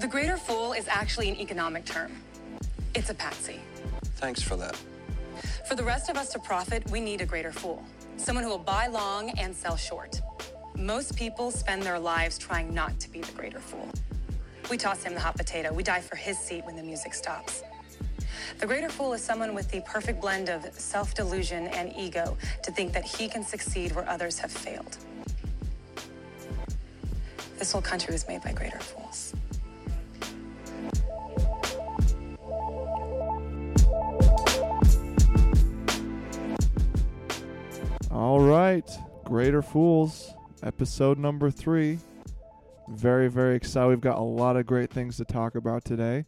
The greater fool is actually an economic term. It's a patsy. Thanks for that. For the rest of us to profit, we need a greater fool someone who will buy long and sell short. Most people spend their lives trying not to be the greater fool. We toss him the hot potato, we die for his seat when the music stops. The greater fool is someone with the perfect blend of self delusion and ego to think that he can succeed where others have failed. This whole country was made by greater fools. All right, Greater Fools, episode number three. Very, very excited. We've got a lot of great things to talk about today.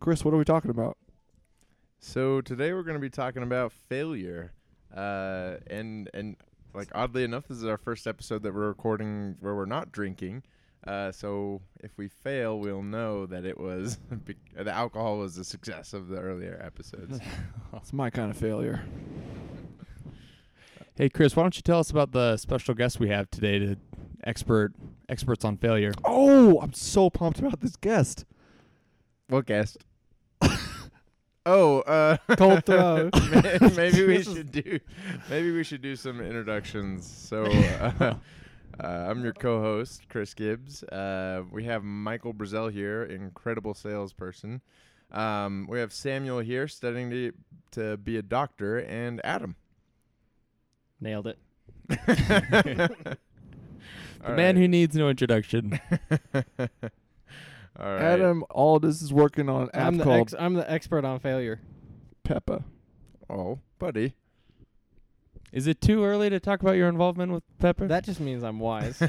Chris, what are we talking about? So today we're going to be talking about failure, uh, and and like oddly enough, this is our first episode that we're recording where we're not drinking. Uh, so if we fail, we'll know that it was be- the alcohol was the success of the earlier episodes. It's my kind of failure. Hey Chris, why don't you tell us about the special guest we have today to expert experts on failure? Oh, I'm so pumped about this guest. what guest? oh, uh, Cold throw. May- maybe we This is- should do maybe we should do some introductions so uh, uh, i'm your co-host chris gibbs uh, we have michael brazell here incredible salesperson um, we have samuel here studying to, to be a doctor and adam Nailed it. the The man who needs no introduction. all right Adam Aldis is working on an app I'm the called ex- I'm the expert on failure. Peppa. oh buddy Is it too early to talk about your involvement with Pepper? That just means I'm wise.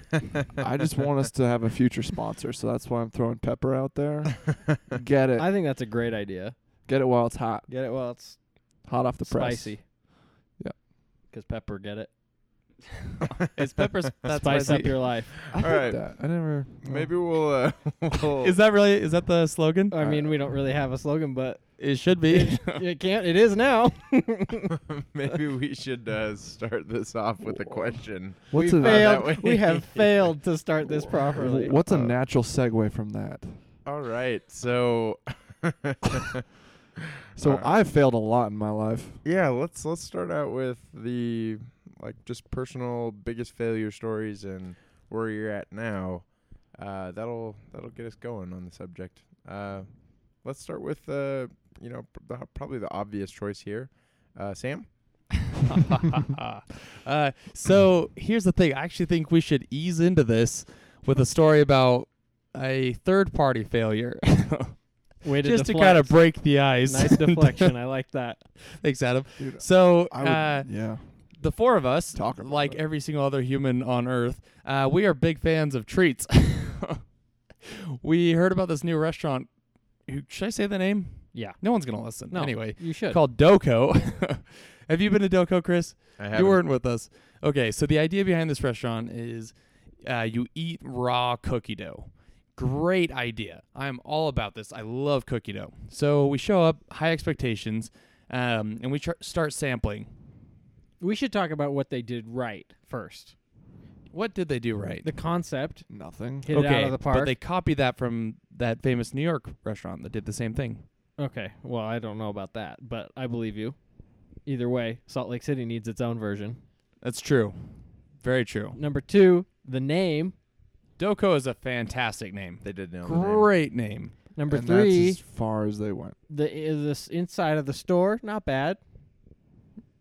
I just want us to have a future sponsor, so that's why I'm throwing Pepper out there. Get it. I think that's a great idea. Get it while it's hot. Get it? Well, it's Hot off the press. spicy. Yeah. Because pepper, get it? is Pepper's that's why Spice it's up up your life. I All hate right. that. I never. maybe we'll, uh, we'll Is that really is that the slogan? I mean, we don't really have a slogan, but It should be. it can't. It is now. maybe we should uh, start this off with a question What's we a that failed. way. We have failed to start this properly. What's a Uh, natural segue from that? All right. So So Alright. I've failed a lot in my life. yeah, let's let's start out with the like just personal biggest failure stories and where you're at now. Uh, that'll that'll get us going on the subject. Uh, let's start with uh, you know pr- the, probably the obvious choice here, uh, Sam. uh, so here's the thing. I actually think we should ease into this with a story about a third party failure. Way to just to deflect. kind of break the ice. nice deflection. I like that. Thanks, Adam. Dude, So I would, uh, yeah. the four of us, Talk about like it. every single other human on Earth, uh, we are big fans of treats. we heard about this new restaurant. Who, should I say the name? Yeah. No one's gonna listen. No. Anyway, you should. called Doko. Have you been to Doko, Chris? I You weren't with us. Okay, so the idea behind this restaurant is uh, you eat raw cookie dough. Great idea. I'm all about this. I love cookie dough. So we show up, high expectations, um, and we tr- start sampling. we should talk about what they did right first. What did they do right? The concept Nothing. hit it out of the park. But they copied that from that famous New York restaurant that did the same thing. Okay. Well, I don't know about that, but I believe you. Either way, Salt Lake City needs its own version. That's true. Very true. Number two, the name. Doko is a fantastic name. They did know. the name. Great name. Number and three, That's as far as they went. the is this inside of the store. Not bad.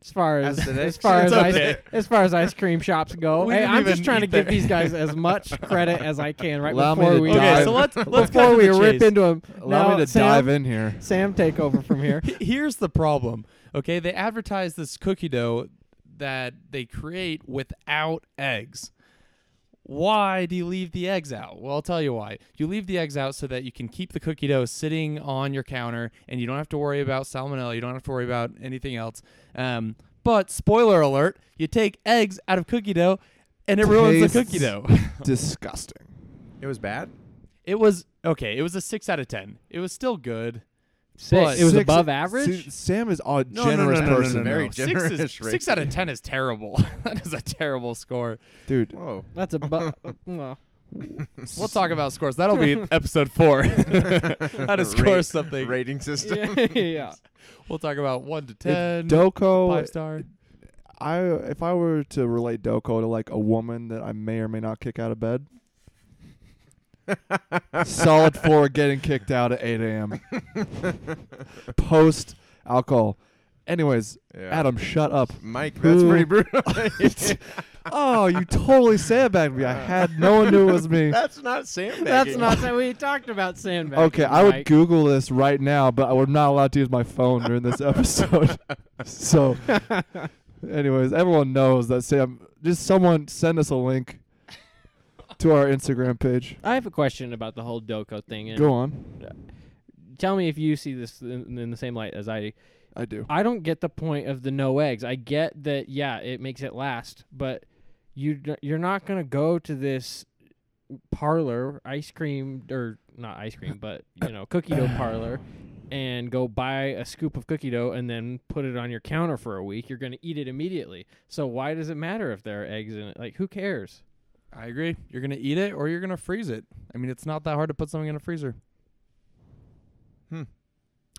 As far as As the as next- far as It's ice, okay. as far as ice cream shops go, We hey, didn't I'm just even trying to eat give there. these guys as much credit as I can right Allow me before to we Okay, Okay, dive- so let's let's cut before to we the rip chase. into them. Allow now, me to Sam, dive in here. Sam, take over from here. He- Here's the problem. Okay, they advertise this cookie dough that they create without eggs. Why do you leave the eggs out? Well, I'll tell you why. You leave the eggs out so that you can keep the cookie dough sitting on your counter and you don't have to worry about salmonella. You don't have to worry about anything else. Um, but spoiler alert, you take eggs out of cookie dough and it ruins the cookie Tastes- dough. Disgusting. It was bad. it was okay, it was a 6 out of 10. It was still good. Six. It was Six- above average. Su- Sam is a No, no, generous no, no, no, person. no, no. Very Six, is- generous six out of 10 is terrible. that is a terrible score. Dude, Whoa. That's above. well, We'll talk about scores. That'll be episode four. How to score Rate- something. rating system. yeah, yeah. We'll talk about one to If ten, Doko, five star. I if I were to relate Doko to like a woman that I may or may not kick out of bed, solid four getting kicked out at 8 a.m. Post alcohol. Anyways, Yeah. Adam, shut up. Mike, that's Who- pretty brutal. Oh, you totally sandbagged me. I had no one knew it was me. that's not sandbagging. That's not that we talked about sandbags. Okay, I would Mike. Google this right now, but I am not allowed to use my phone during this episode. so, anyways, everyone knows that Sam. Just someone send us a link to our Instagram page. I have a question about the whole Doko thing. And Go on. Tell me if you see this in, in the same light as I do. I do. I don't get the point of the no eggs. I get that, yeah, it makes it last, but you d- you're not gonna go to this parlor ice cream or not ice cream, but you know cookie dough parlor, and go buy a scoop of cookie dough and then put it on your counter for a week. You're gonna eat it immediately. So why does it matter if there are eggs in it? Like who cares? I agree. You're gonna eat it or you're gonna freeze it. I mean, it's not that hard to put something in a freezer. Hmm.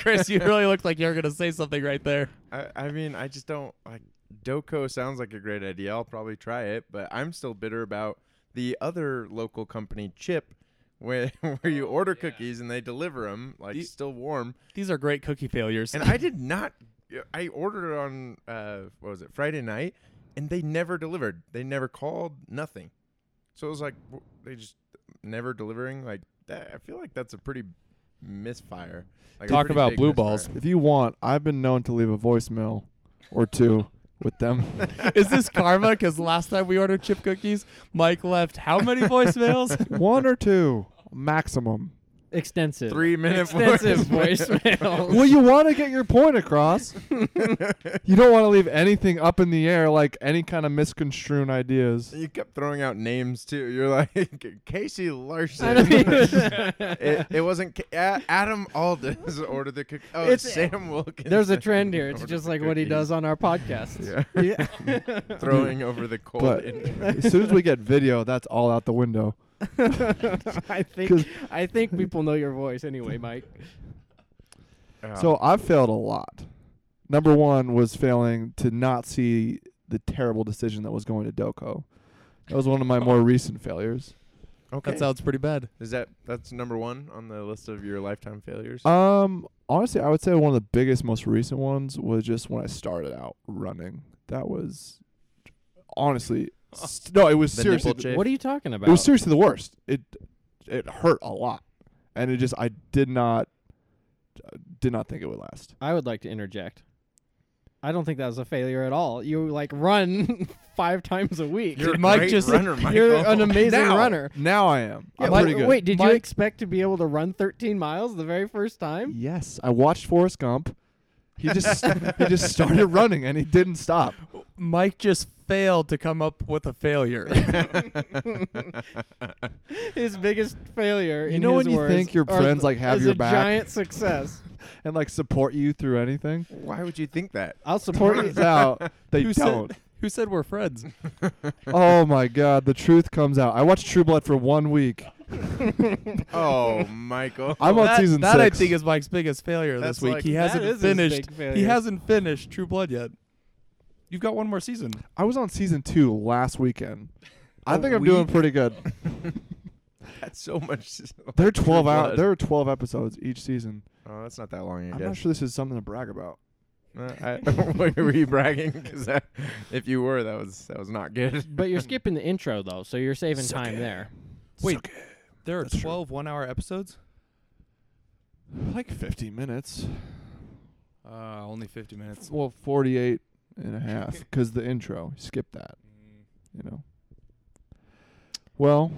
Chris, you really looked like you were gonna say something right there. I, I mean, I just don't like. Doko sounds like a great idea. I'll probably try it, but I'm still bitter about the other local company, Chip, where where you order cookies and they deliver them like The- still warm. These are great cookie failures. And I did not. I ordered it on uh, what was it Friday night, and they never delivered. They never called. Nothing. So it was like w- they just never delivering. Like that, I feel like that's a pretty misfire. Like a Talk pretty about big blue misfire. balls. If you want, I've been known to leave a voicemail or two with them. Is this karma? Because last time we ordered chip cookies, Mike left how many voicemails? One or two maximum. Extensive, Three minute extensive voice. voicemail. Well, you want to get your point across. you don't want to leave anything up in the air, like any kind of misconstrued ideas. You kept throwing out names too. You're like Casey I Larson. don't it, even- it wasn't Ca- A- Adam Aldis ordered the cookie. Oh, It's- it's Sam Wilkins. There's a trend here. It's Ordered just the like what he cookies. does on our podcasts. Yeah. throwing over the cold. But in- as soon as we get video, that's all out the window. I 'Cause- think I think people know your voice anyway, Mike. Ah, So I've failed a lot. Number one was failing to not see the terrible decision that was going to Doko. That was one of my more recent failures. okay. that sounds pretty bad. Is that that's number one on the list of your lifetime failures? Uh, Um, honestly, I would say one of the biggest, most recent ones was just when I started out running. That was honestly s- no, it was The seriously. nipple chafe. What are you talking about? It was seriously the worst. It it hurt a lot, and it just I did not did not think it would last. I would like to interject. I don't think that was a failure at all. You like run five times a week. You're You're a Did Mike great just- runner, Michael. You're an amazing Now- runner. Now I am. Yeah, I'm wait- pretty good. Wait, did you Mike- expect to be able to run 13 miles the very first time? Yes, I watched Forrest Gump. He just he just started running and he didn't stop. Mike just failed to come up with a failure. His biggest failure. You in know his when you words think your are friends, th- like, have is your a back? giant success. And like support you through anything. Why would you think that? I'll support you. Turns out they who don't. Said, who said we're friends? Oh my god, the truth comes out. I watched True Blood for one week. Oh, Michael. I'm on that, season that I six. think is Mike's biggest failure That's this week. like- he that is hasn't his finished. big failure. He hasn't finished True Blood yet. You've got one more season. I was on season two last weekend. I A think I'm doing week? pretty good. That's so much. They're twelve True out. Blood. There are twelve episodes each season. Oh, that's not that long, I I'm not guess. sure this is something to brag about. Uh, I, were you bragging? Because if you were, that was that was not good. But Mm. you're skipping the intro though, so you're saving time there. Wait, there are That's true. 12 one-hour episodes. Like 50 minutes. Uh, only 50 minutes. Well, 48 and a half because the intro. Skip that. You know. Well,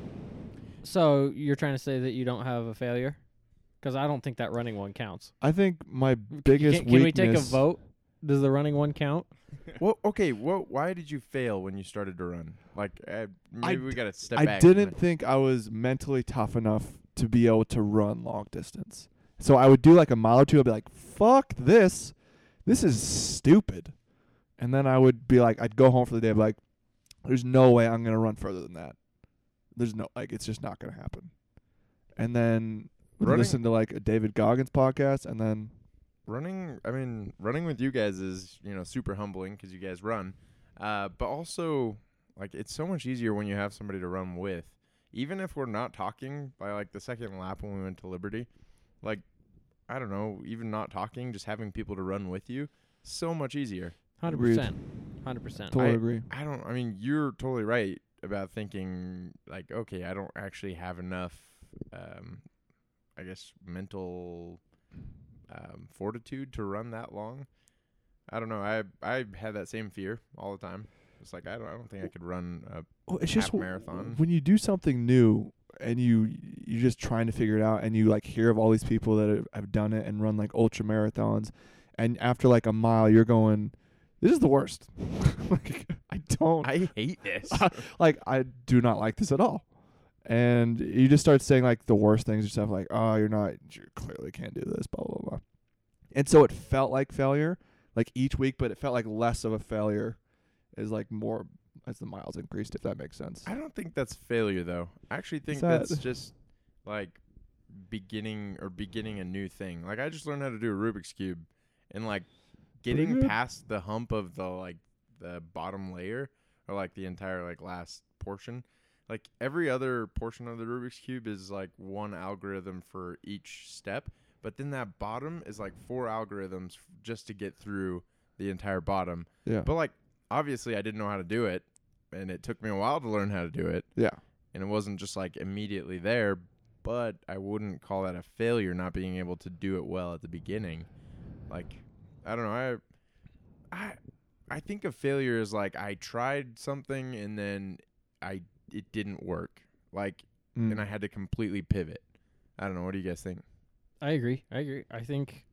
So you're trying to say that you don't have a failure? Because I don't think that running one counts. I think my Can, biggest can we take a weakness- vote? Does the running one count? Well, okay. What? Why did you fail when you started to run? Like, uh, maybe I we d- got to step I back. didn't think I was mentally tough enough to be able to run long distance. So I would do like a mile or two. I'd be like, fuck this. This is stupid. And then I would be like, I'd go home for the day, I'd be like, there's no way I'm going to run further than that. there's no like it's just not gonna happen. And then we Running- listen to like a David Goggins podcast, and then running i mean running with you guys is you know super humbling because you guys run uh, but also like it's so much easier when you have somebody to run with even if we're not talking by like the second lap when we went to liberty like i don't know even not talking just having people to run with you so much easier Hundred Agreed. percent. Hundred percent. totally I- agree. i don't i mean you're totally right about thinking like okay i don't actually have enough um i guess mental um, fortitude to run that long i don't know i i had that same fear all the time it's like i don't i don't think i could run a Well, Oh, it's half just w- marathon. when you do something new and you you're just trying to figure it out, and you like hear of all these people that have, have done it and run like ultra marathons, and after like a mile, you're going, "This is the worst." like I don't. i hate this like I do not like this at all. And you just start saying like the worst things and stuff like, oh, you're not, you clearly can't do this, blah blah blah. And so it felt like failure, like each week, but it felt like less of a failure, is like more as the miles increased, if that makes sense. i don't think that's failure though i actually think that- that's just like beginning or beginning a new thing like i just learned how to do a rubik's cube and like Pretty getting good. past the hump of the like the bottom layer or like the entire like last portion like every other portion of the rubik's cube is like one algorithm for each step but then that bottom is like four algorithms f- just to get through the entire bottom Yeah. but like obviously i didn't know how to do it and it took me a while to learn how to do it Yeah. and it wasn't just like immediately there but i wouldn't call that a failure not being able to do it well at the beginning like i don't know i i i think of failure as like i tried something and then i it didn't work like Mm. and i had to completely pivot i don't know what do you guys think I agree. I agree. I think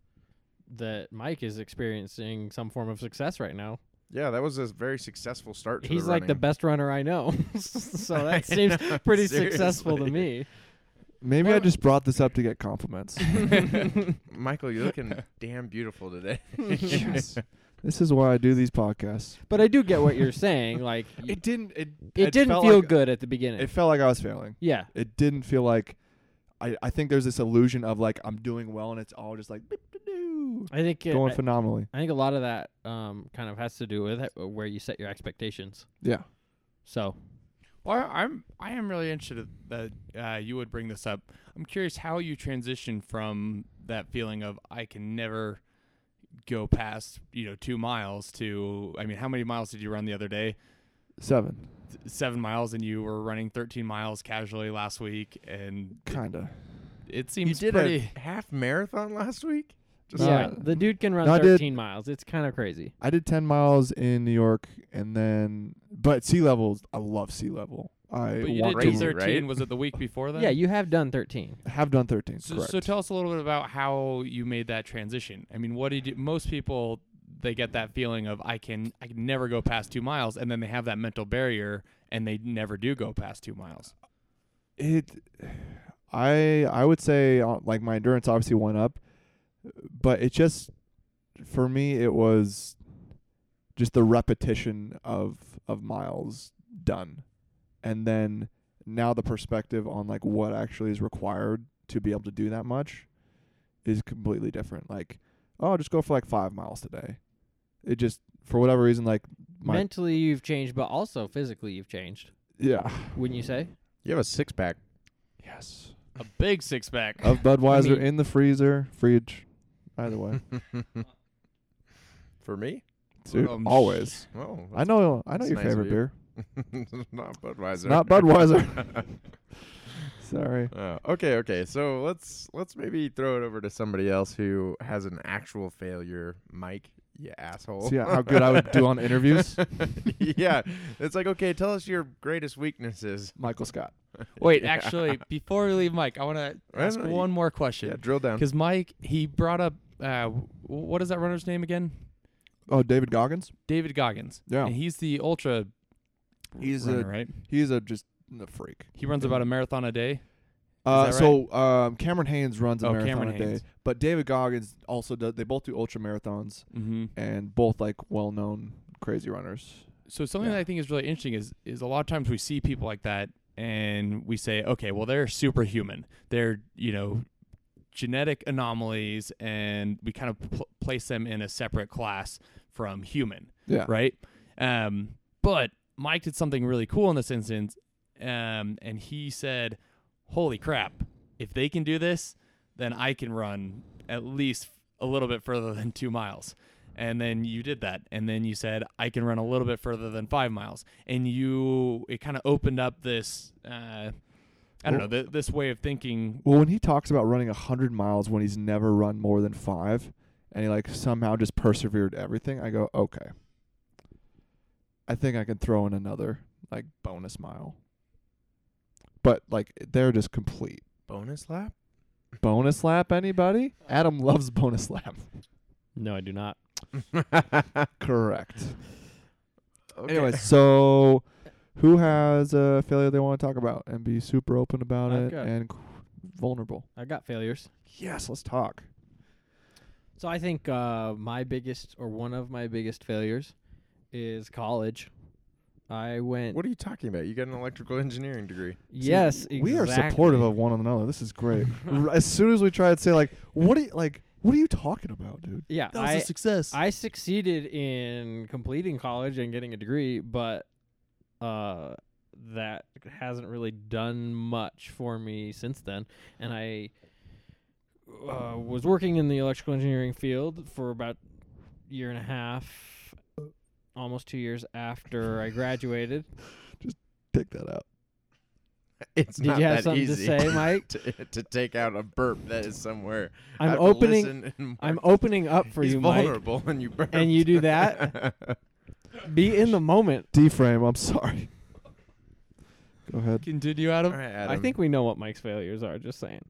that Mike is experiencing some form of success right now. yeah that was a very successful start to He's like the running. best runner I know. so I that seems know, pretty successful to seriously. me. Maybe I Well- just brought this up to get compliments. michael you're looking damn beautiful today yes. This is why I do these podcasts. But I do get what you're saying. Like y- it, It didn't. It, didn't felt feel like- good at the beginning. It felt like I was failing. yeah. it didn't feel like I, I think there's this illusion of like I'm doing well and it's all just like beep, beep, doo, I think it, going I, phenomenally. I think a lot of that um, kind of has to do with it, uh, where you set your expectations. Yeah. So Well, I- I'm I am really interested that uh, you would bring this up. I'm curious how you transition from that feeling of I can never go past you know two miles to I mean how many miles did you run the other day? Seven. Th- Seven miles, and you were running 13 miles casually last week, and it- Kinda. it, you seems did pretty. a half marathon last week just No, like, yeah, the dude can run No, I did- 13 miles. It's kind of crazy. I did ten miles in New York and then but sea levels I love sea level. I but you want did to crazy, do 13. right? Was it the week before that? Yeah, you have done 13. have done thirteen. So, correct. so tell us a little bit about how you made that transition. I mean, what did you, most people they get that feeling of I can I can never go past two miles, and then they have that mental barrier and they never do go past two miles. it i i would say uh, like my endurance obviously went up but it just for me it was just the repetition of of miles done and then now the perspective on like what actually is required to be able to do that much is completely different like oh I'll just go for like 5 miles today it just for whatever reason like my Mentally, you've changed, but also physically, you've changed. yeah Wouldn't you say? you have a six-pack yes A big six pack. of Budweiser mean- in the freezer fridge either way For me? Dude, Um, always. Well, I know. I know that's your nice of favorite you. beer. not Budweiser. It's not Budweiser. Sorry. Uh, okay, okay. So let's let's maybe throw it over to somebody else who has an actual failure, Mike. You asshole. See how good I would do on interviews? yeah, it's like okay. Tell us your greatest weaknesses. Michael Scott. Wait, actually, before we leave, Mike, I want to I ask don't know, one more Yeah, question drill down. because Mike he brought up uh, w- what is that runner's name again? Oh, David Goggins. David Goggins. Yeah. And he's the ultra. He's runner, a- right. He's a just a freak. He runs about a marathon a day. Uh, that so um, Cameron Haynes runs a Oh, marathon Cameron a day, Haynes. but David Goggins also does. They both do ultra marathons Mm-hmm. and both like well-known crazy runners. so something Yeah. that I think is really interesting is is a lot of times we see people like that and we say, okay, well they're superhuman. They're you know genetic anomalies, and we kind of pl- place them in a separate class from human Yeah. right? Um, but Mike did something really cool in this instance, um, and he said, "Holy crap! If they can do this, then I can run at least a little bit further than two miles." And then you did that, and then you said, "I can run a little bit further than five miles," and you it kind of opened up this. Uh, I don't know th- this way of thinking. Well, when he talks about running 100 miles when he's never run more than five, and he like somehow just persevered everything, I go, okay. I think I can throw in another like bonus mile. But like they're just complete. Bonus lap? Bonus lap, anybody? Adam loves bonus lap. No, I do not. Correct. Okay. Anyway, so who has a failure they want to talk about and be super open about I've it got- and c- vulnerable? I got failures. Yes, let's talk. So I think uh, my biggest or one of my biggest failures is college. I went. What are you talking about? You got an electrical engineering degree. yes, We are exactly. supportive of one another. This is great. R- as soon as we try to say like, what are you, like, what are you talking about, dude? Yeah, That was a I, success. I succeeded in completing college and getting a degree, but uh, that hasn't really done much for me since then. And I uh, was working in the electrical engineering field for about a year and a half, almost two years after I graduated. Take that out. It's Did not you have that something to easy say, Mike? to, to take out a burp that is somewhere. I I'm have to opening. listen and I'm mark- opening up for He's you, Mike. vulnerable and you burp. And you do that. Be in the moment. D frame. I'm sorry. Go ahead. Continue out All of right, I Adam. think we know what Mike's failures are. Just saying.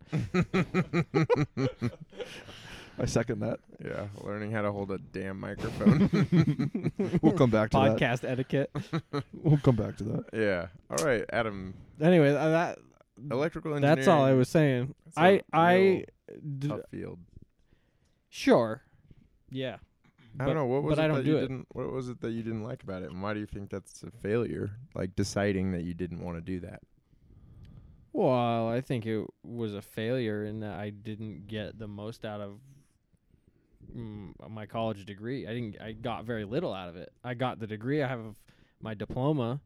I second that. yeah, learning how to hold a damn microphone. We'll come back to that. Podcast etiquette. We'll come back to that. yeah. All right, Adam. Anyway, uh, that Electrical engineering. that's all I was saying. That's a I real I d- tough field. sure. Yeah. I don't know what was but it I don't that do you it. didn't. What was it that you didn't like about it, and why do you think that's a failure? Like deciding that you didn't want to do that. Well, I think it was a failure in that I didn't get the most out of mm, my college degree. I didn't. I got very little out of it. I got the degree. I have my diploma,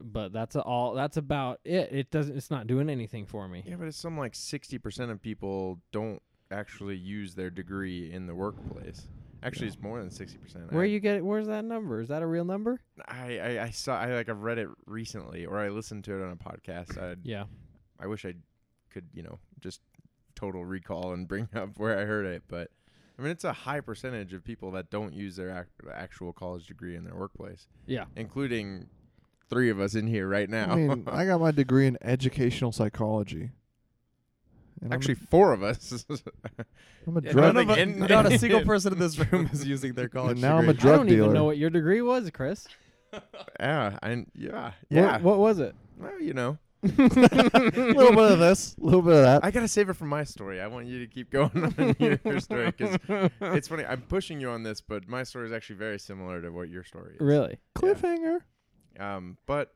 but that's a- all. That's about it. It doesn't. It's not doing anything for me. Yeah, but it's some like sixty percent of people don't actually use their degree in the workplace. Actually, it's more than sixty percent. Where I, you get it? Where's that number? Is that a real number? I, I I saw. I like I've read it recently, or I listened to it on a podcast. I Yeah. I wish I could you know just total recall and bring up where I heard it, but I mean it's a high percentage of people that don't use their ac- actual college degree in their workplace, Yeah. including three of us in here right now. I mean, I got my degree in educational psychology. And I'm a- Actually, four of us. I'm a Yeah, drug. none of us- and- not a single person in this room is using their college And now I'm a degree. drug I don't dealer. even know what your degree was, Chris. yeah, I, yeah, What- yeah. What, was it? Well, you know, a little bit of this, a little bit of that. I gotta save it for my story. I want you to keep going on your story because it's funny. I'm pushing you on this, but my story is actually very similar to what your story is. Really? Cliffhanger. Um, but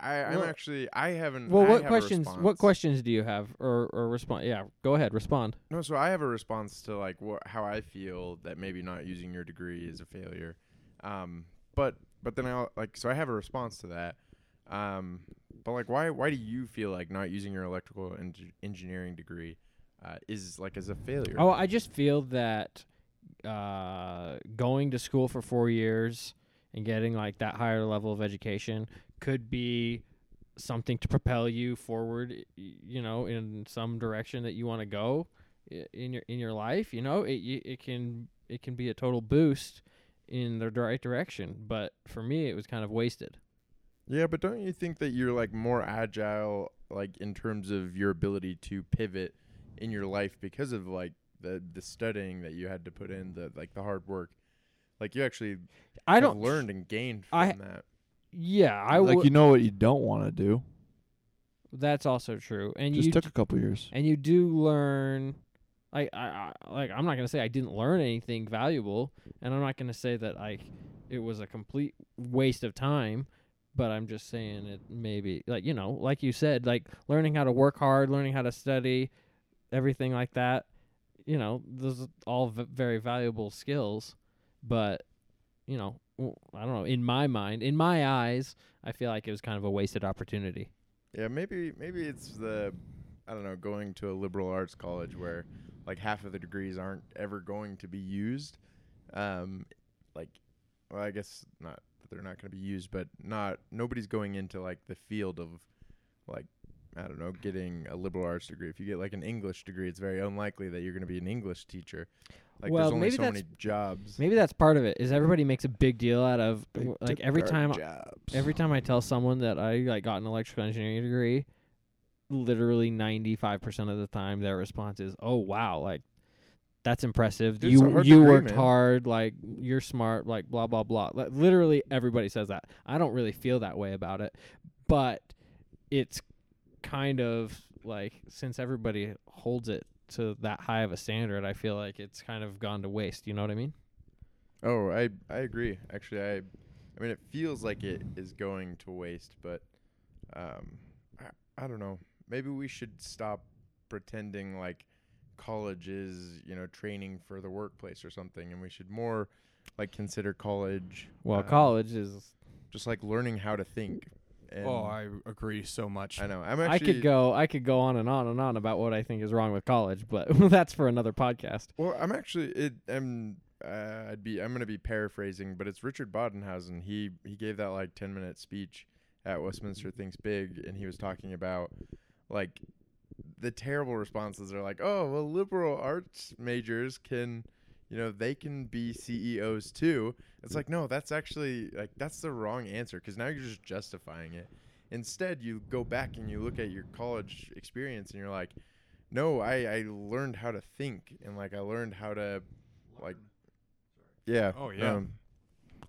I, I'm Well- actually I haven't. Well, I what have a questions? What response. questions do you have, or or respond? Yeah, go ahead, respond. No, so I have a response to like wha how I feel that maybe not using your degree is a failure, um, but but then I al- like so I have a response to that, um, but like why why do you feel like not using your electrical en- engineering degree uh, is like as a failure? Oh, I just feel that uh, going to school for four years and getting like that higher level of education could be something to propel you forward, y- you know, in some direction that you want to go i- in your in your life. You know, it y- it can it can be a total boost in the right direction, but for me, it was kind of wasted. Yeah, but don't you think that you're like more agile, like in terms of your ability to pivot in your life because of like the the studying that you had to put in, the like the hard work, like you actually I have don't learned and gained from I- that. Yeah, I like would. you know what you don't want to do. That's also true, and Just you took a couple years. and you do learn like I, I like i'm not going to say i didn't learn anything valuable and i'm not going to say that i it was a complete waste of time but I'm just saying it maybe like you know, like you said, like learning how to work hard, learning how to study, everything like that. You know, those are all v- very valuable skills, but you know, w- I don't know. In my mind, in my eyes, I feel like it was kind of a wasted opportunity. Yeah, maybe maybe it's the I don't know, going to a liberal arts college where like half of the degrees aren't ever going to be used. Um like well, I guess not that they're not going to be used, but not nobody's going into like the field of like I don't know, getting a liberal arts degree. If you get like an English degree, it's very unlikely that you're going to be an English teacher. Like Well, there's only maybe so that's- many jobs. Maybe that's part of it. Is everybody makes a big deal out of w- like every time jobs. Every time I tell someone that I like got an electrical engineering degree, literally ninety five percent of the time their response is, "Oh wow, like that's impressive. Dude, it's a you hard you degree, worked man." hard. Like you're smart. Like blah blah blah." Like, literally everybody says that. I don't really feel that way about it, but it's kind of like since everybody holds it to that high of a standard, I feel like it's kind of gone to waste. You know what I mean? Oh, I I agree. Actually, I I mean it feels like it is going to waste, but um I, I don't know. Maybe we should stop pretending like college is, you know, training for the workplace or something and we should more like consider college Well, uh, college is. just like learning how to think. And oh, I agree so much. I know. I'm I actually could go I could go on and on and on about what I think is wrong with college, but that's for another podcast. Well, I'm actually it. I'm. Uh, I'd be. I'm gonna be paraphrasing, but it's Richard Bodenhausen. He he gave that like 10 minute speech at Westminster Thinks Big, and he was talking about like the terrible responses are like, oh well, liberal arts majors can, you know, they can be CEOs too. It's like no, that's actually like that's the wrong answer because now you're just justifying it. Instead, you go back and you look at your college experience, and you're like, no, I I learned how to think and like I learned how to like yeah. Oh, yeah. um,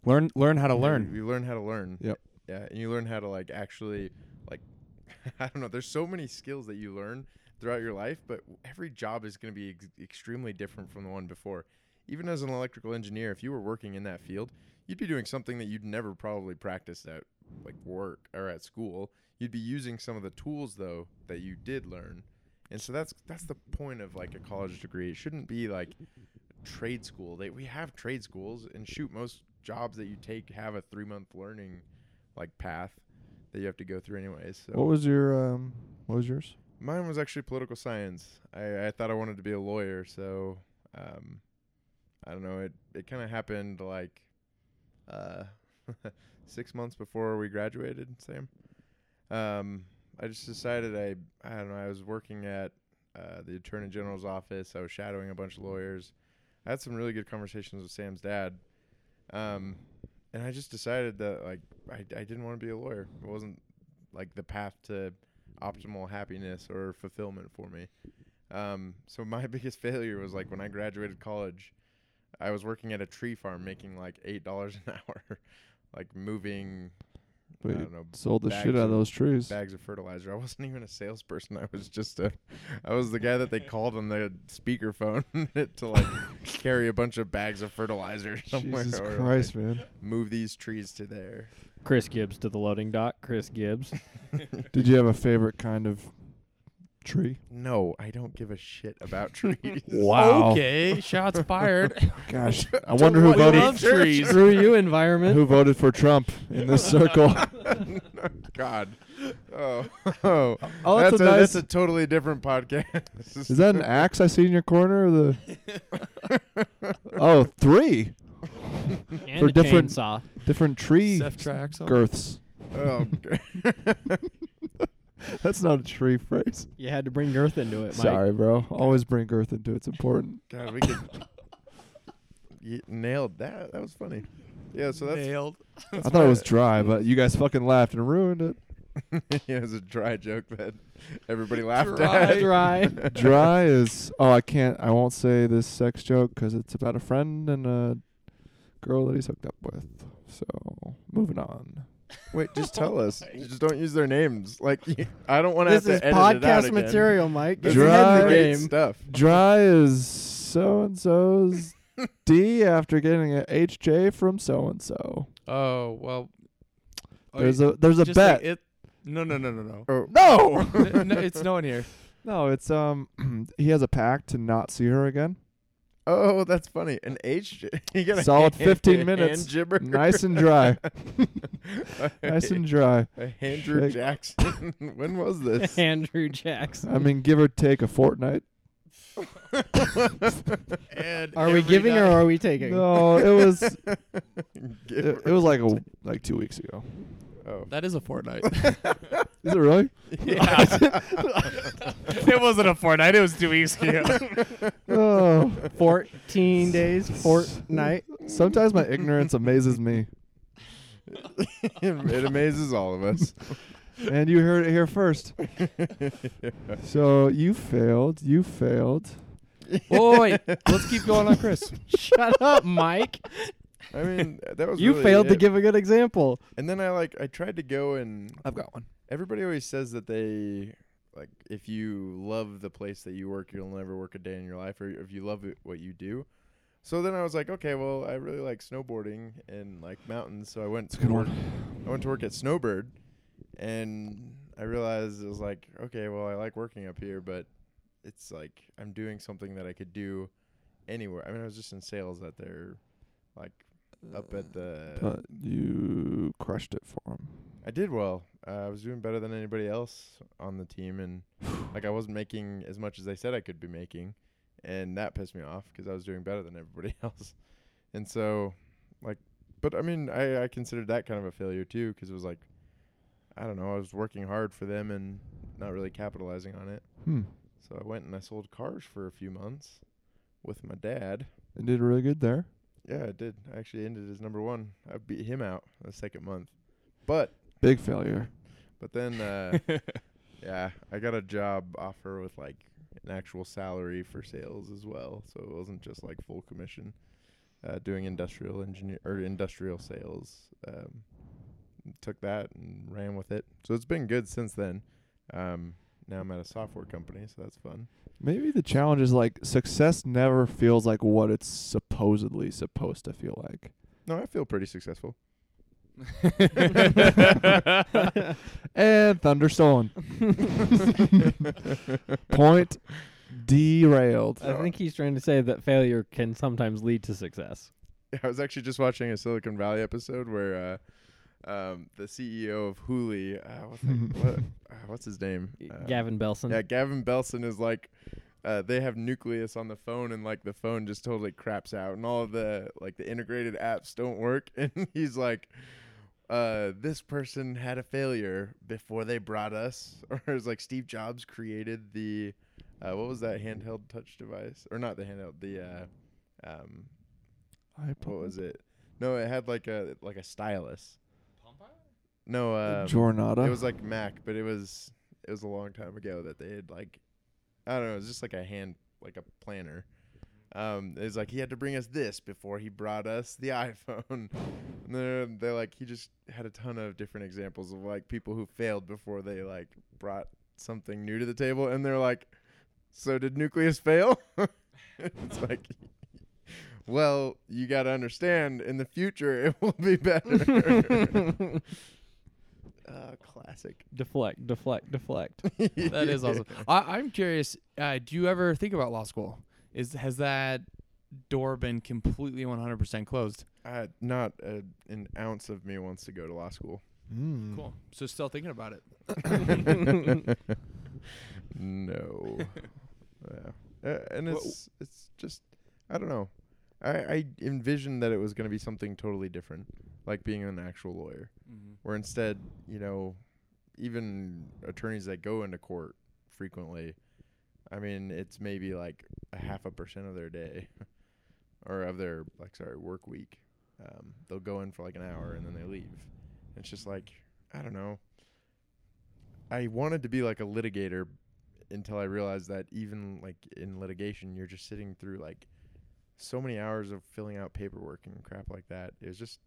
Learn learn how to you- learn. You learn how to learn. Yep. Yeah, and you learn how to like actually like I don't know, there's so many skills that you learn throughout your life, but every job is going to be ex- extremely different from the one before. Even as an electrical engineer, if you were working in that field, you'd be doing something that you'd never probably practiced at like work or at school. You'd be using some of the tools though that you did learn. And so that's that's the point of like a college degree. It shouldn't be like trade school. They we have trade schools and shoot most jobs that you take have a 3-month learning like path that you have to go through anyways. So What was your um? What was yours? Mine was actually political science. I, I thought I wanted to be a lawyer, so um, I don't know. It it kind of happened like uh, six months before we graduated, Sam. Um, I just decided I I don't know. I was working at uh, the attorney general's office. I was shadowing a bunch of lawyers. I had some really good conversations with Sam's dad, um, and I just decided that like I I didn't want to be a lawyer. It wasn't like the path to optimal happiness or fulfillment for me. Um, so my biggest failure was like when I graduated college, I was working at a tree farm making like eight dollars an hour, like moving. But I you don't know sold the bags shit out of- of those trees. bags of fertilizer. I wasn't even a salesperson. I was just a, I was the guy that they called on the speakerphone to like carry a bunch of bags of fertilizer somewhere. Jesus or, like, Christ, man! move these trees to there. Chris Gibbs to the loading dock. Chris Gibbs. Did you have a favorite kind of tree? No, I don't give a shit about trees. Okay, shots fired. Gosh, I wonder who Everybody voted. loves trees. Screw you, environment. Who voted for Trump in this circle? God. Oh, oh. Oh, that's that's, a, a that's nice- a totally different podcast. Is that an axe I see in your corner? Or the oh, three And For a different- chainsaw. different tree Seth tracks. girths. oh, g- That's not a tree phrase. You had to bring girth into it, Mike. Sorry, bro. Always bring girth into it. It's important. God, we could you nailed that. That was funny. Yeah, so that's Nailed. I thought it was dry, but you guys fucking laughed and ruined it. yeah, it was a dry joke that everybody laughed Dry. at. Dry. Dry is oh, I can't. I won't say this sex joke because it's about a friend and a girl that he's hooked up with. So moving on. Wait, just tell us. Just don't use their names. Like you- I don't want to have This to is edit it out podcast again. material, Mike. This Get is ahead of the great game. stuff. Dry is so and so's D after getting a HJ from so and so. Oh well. Oh, There's you- a there's a just like bet. it, no, no, no, no, no. Oh. no. N- no, it's no one here. No, it's um he has a pact to not see her again. Oh, that's funny. An age. You got a Solid hand- 15 hand minutes. gibber. Nice and dry. nice and dry. Andrew Shake. Jackson. when was this? Andrew Jackson. I mean, give or take a fortnight. Are we giving or are we taking? No, it was it, Gibber. it was like a like two weeks ago. Oh. That is a Fortnite. Is it really? Yeah. it wasn't a Fortnite. It was two weeks ago. Oh, 14 days, fortnight. sometimes my ignorance amazes me. it amazes all of us. And you heard it here first. So you failed. You failed. oh, wait. Let's keep going on Chris. Shut up, Mike. I mean, that was You really failed to it. give a good example. And then I like I tried to go and I've got one. everybody always says that they like if you love the place that you work, you'll never work a day in your life, or if you love it, what you do. So then I was like, okay, well, I really like snowboarding and like mountains, so I went to work. I went to work at Snowbird, and I realized it was like, okay, well, I like working up here, but it's like I'm doing something that I could do anywhere. I mean, I was just in sales at their, like, up at the But Uh, you crushed it for him. I did well. Uh, I was doing better than anybody else on the team, and like I wasn't making as much as they said I could be making, and that pissed me off because I was doing better than everybody else. And so, like, but I mean, I I considered that kind of a failure too because it was like, I don't know, I was working hard for them and not really capitalizing on it. Hmm. So I went and I sold cars for a few months with my dad. And did really good there. Yeah, I did. I actually ended as number one. I beat him out the second month, but Big failure. but then, uh, yeah, I got a job offer with like an actual salary for sales as well, so it wasn't just like full commission. Uh, doing industrial engineer or industrial sales, um, took that and ran with it. So it's been good since then. Um, now I'm at a software company, so that's fun. Maybe the challenge is like success never feels like what it's supposedly supposed to feel like. No, I feel pretty successful. And thunderstone. Point derailed. I think he's trying to say that failure can sometimes lead to success. I was actually just watching a Silicon Valley episode where uh, um, the CEO of Hooli, uh, what's, that- what, uh, what's his name? Uh, Gavin Belson. Yeah, Gavin Belson is like, uh, they have Nucleus on the phone, and like the phone just totally craps out, and all the like the integrated apps don't work, and he's like. Uh, this person had a failure before they brought us, or it's like Steve Jobs created the, uh, what was that handheld touch device, or not the handheld, the, uh, um, what was it? No, it had like a like a stylus. No, um, uh, Jornada. it was like Mac, but it was it was a long time ago that they had like I don't know, it was just like a hand like a planner. Um, it was like he had to bring us this before he brought us the iPhone. and they're, they're like he just had a ton of different examples of like people who failed before they like brought something new to the table, and they're like, so did Nucleus fail? it's like. Well, you got to understand, in the future, it will be better. uh, classic. deflect, deflect, deflect. that is awesome. I, I'm curious. Uh, do you ever think about law school? Is has that door been completely 100% closed? Uh, not a, an ounce of me wants to go to law school. Hmm. Cool. So still thinking about it. no. yeah. Uh, and it's it's just I don't know. I, I envisioned that it was going to be something totally different, like being an actual lawyer, Mm-hmm. where instead, you know, even attorneys that go into court frequently, I mean, it's maybe like a half a percent of their day, or of their like sorry work week. Um, they'll go in for like an hour and then they leave. It's just like I don't know. I wanted to be like a litigator until I realized that even like in litigation, you're just sitting through like so many hours of filling out paperwork and crap like that. It was just,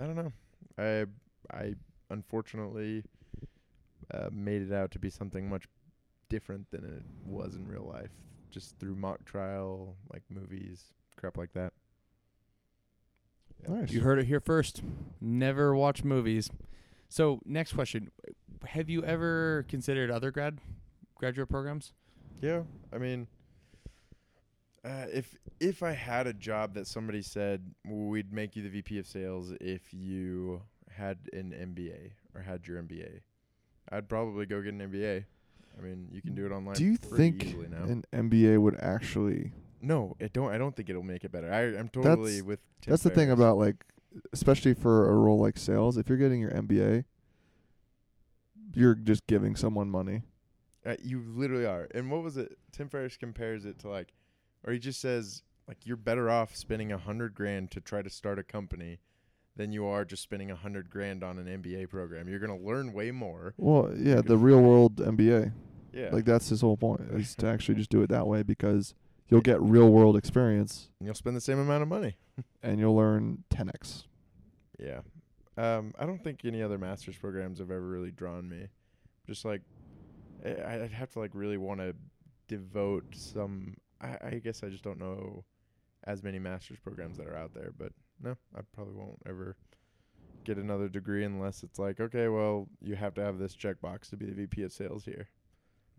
I don't know. I I unfortunately uh, made it out to be something much different than it was in real life, just through mock trial, like movies, crap like that. Nice. You heard it here first. Never watch movies. So next question: Have you ever considered other grad graduate programs? Yeah, I mean, uh, if if I had a job that somebody said we'd make you the VP of sales if you had an MBA or had your MBA, I'd probably go get an MBA. I mean, you can do it online. Do you pretty think easily now? an MBA would actually? no, I don't. I don't think it'll make it better. I, I'm totally That's- with. Tim that's the thing Ferriss. about like, especially for a role like sales. If you're getting your MBA, you're just giving someone money. Uh, you literally are. And what was it? Tim Ferriss compares it to like, or he just says like you're better off spending a hundred grand to try to start a company than you are just spending a hundred grand on an MBA program. You're gonna learn way more. Well, yeah, Like the if- real world MBA. Yeah. Like that's his whole point is to actually just do it that way because you'll get real world experience and you'll spend the same amount of money. and you'll learn 10x. Yeah. Um, I don't think any other master's programs have ever really drawn me. Just like, I, I'd have to like really want to devote some. I, I guess I just don't know as many master's programs that are out there. But no, I probably won't ever get another degree unless it's like, okay, well, you have to have this checkbox to be the VP of sales here.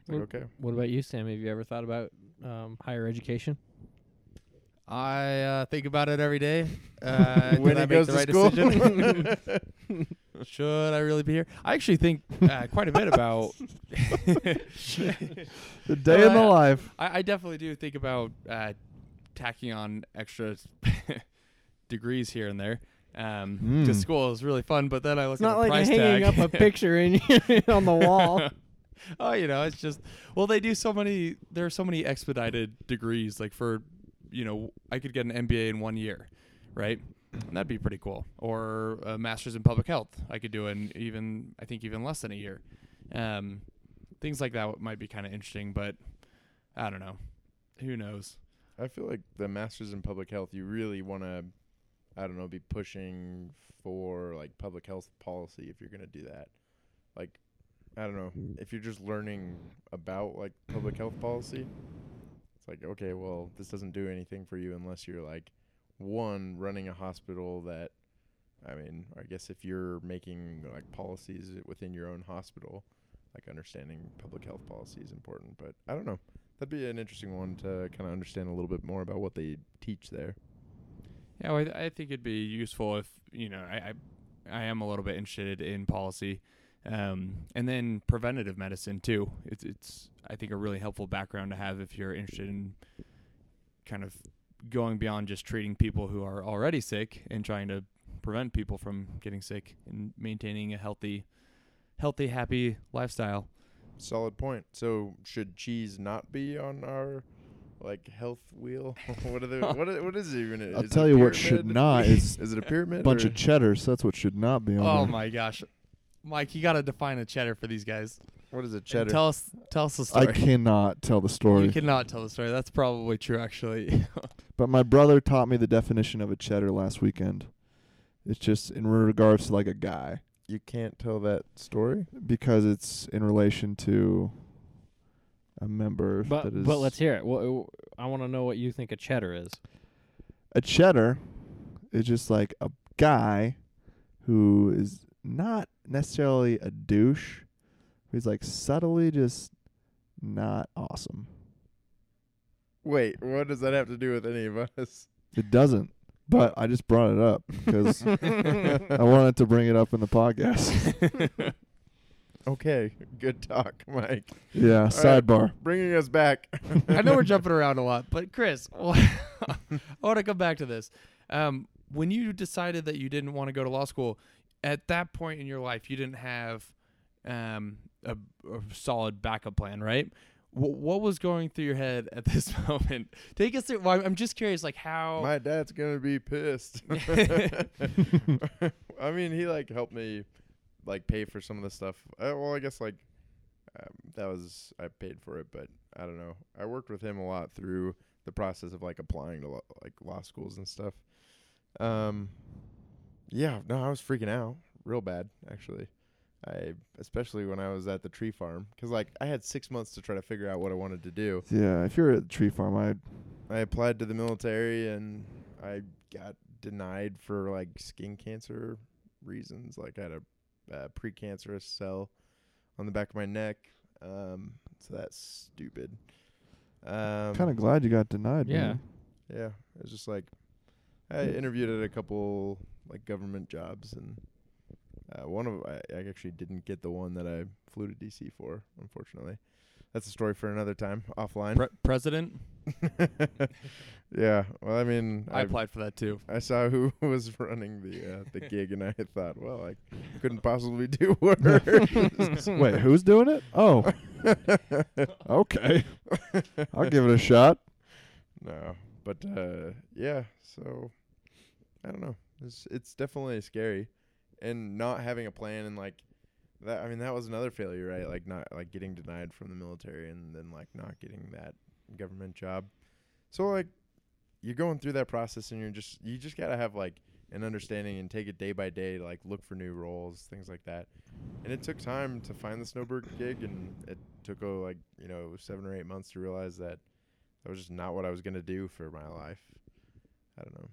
It's like, Well, okay. What about you, Sam? Have you ever thought about um, higher education? I uh, think about it every day. Uh, When did he I make goes the to right school. decision? Should I really be here? I actually think uh, quite a bit about. The day in the Uh, life. I, I definitely do think about uh, tacking on extra degrees here and there. Um, Mm. 'cause school is really fun, but then I look Hmm. It's at not the like price hanging tag. up a picture in on the wall. oh, you know, it's just well, they do so many. There are so many expedited degrees. Like for, you know, I could get an MBA in one year, right? And that'd be pretty cool. Or a master's in public health. I could do in even I think even less than a year. Um, things like that might be kind of interesting, but I don't know. Who knows? I feel like the masters in public health, you really want to, I don't know, be pushing for like public health policy if you're going to do that. Like, I don't know, if you're just learning about like public health policy, it's like, okay, well, this doesn't do anything for you unless you're like, one, running a hospital that, I mean, I guess if you're making like policies within your own hospital, like understanding public health policy is important, but I don't know. That'd be an interesting one to kind of understand a little bit more about what they teach there. Yeah, well, I, I think it'd be useful if you know I, I I am a little bit interested in policy, um, and then preventative medicine too. It's it's I think a really helpful background to have if you're interested in kind of going beyond just treating people who are already sick and trying to prevent people from getting sick and maintaining a healthy, healthy, happy lifestyle. Solid point. So should cheese not be on our like health wheel? what are the what? Are, what is it even? I'll Is it tell a you what should pyramid? not is Is it a pyramid? bunch or- of cheddars. So that's what should not be on Oh there. my gosh, Mike, you got to define a cheddar for these guys. what is a And cheddar? Tell us, tell us the story. I cannot tell the You story. cannot tell the story. That's probably true, actually. But my brother taught me the definition of a cheddar last weekend. It's just in regards to like a guy you can't tell that story. because it's in relation to a member But that is but let's hear it. Well, I want to know what you think a cheddar is. a cheddar is just like a guy who is not necessarily a douche. He's like subtly just not awesome. Wait, what does that have to do with any of us? It doesn't. But I just brought it up because I wanted to bring it up in the podcast. Okay, good talk, Mike. Yeah, right. sidebar. Bringing us back. I know we're jumping around a lot, but Chris, I want to come back to this. Um, when you decided that you didn't want to go to law school, at that point in your life, you didn't have um, a, a solid backup plan, right? Wh- what was going through your head at this moment? Take us through. Well, I'm just curious, like how. My dad's gonna be pissed. I mean, he like helped me like pay for some of the stuff. Uh, well, I guess like um, that was I paid for it, but I don't know. I worked with him a lot through the process of like applying to lo- like law schools and stuff. Um, yeah, no, I was freaking out real bad actually. I especially when I was at the tree farm because like I had six months to try to figure out what I wanted to do. Yeah, if you're at Tree Farm, I I applied to the military and I got denied for like skin cancer reasons. Like I had a uh, precancerous cell on the back of my neck. Um, so that's stupid. Um, kind of glad you got denied. Yeah. man. Yeah, it was just like I interviewed at a couple like government jobs, and uh, one of I, I actually didn't get the one that I flew to DC for. Unfortunately, that's a story for another time offline. Pre- president. yeah, well, I mean, I applied for that too. I saw who was running the uh, the gig, and I thought, well, I couldn't possibly do worse. Wait, who's doing it? Oh, okay. I'll give it a shot. No, but uh, yeah. So I don't know. It's it's definitely scary, and not having a plan and like that. I mean, that was another failure, right? Like not like getting denied from the military, and then like not getting that government job. So like you're going through that process, and you're just you just gotta have like an understanding and take it day by day. Like look for new roles, things like that. And it took time to find the snowbird gig, and it took oh, like you know seven or eight months to realize that that was just not what I was gonna do for my life. I don't know.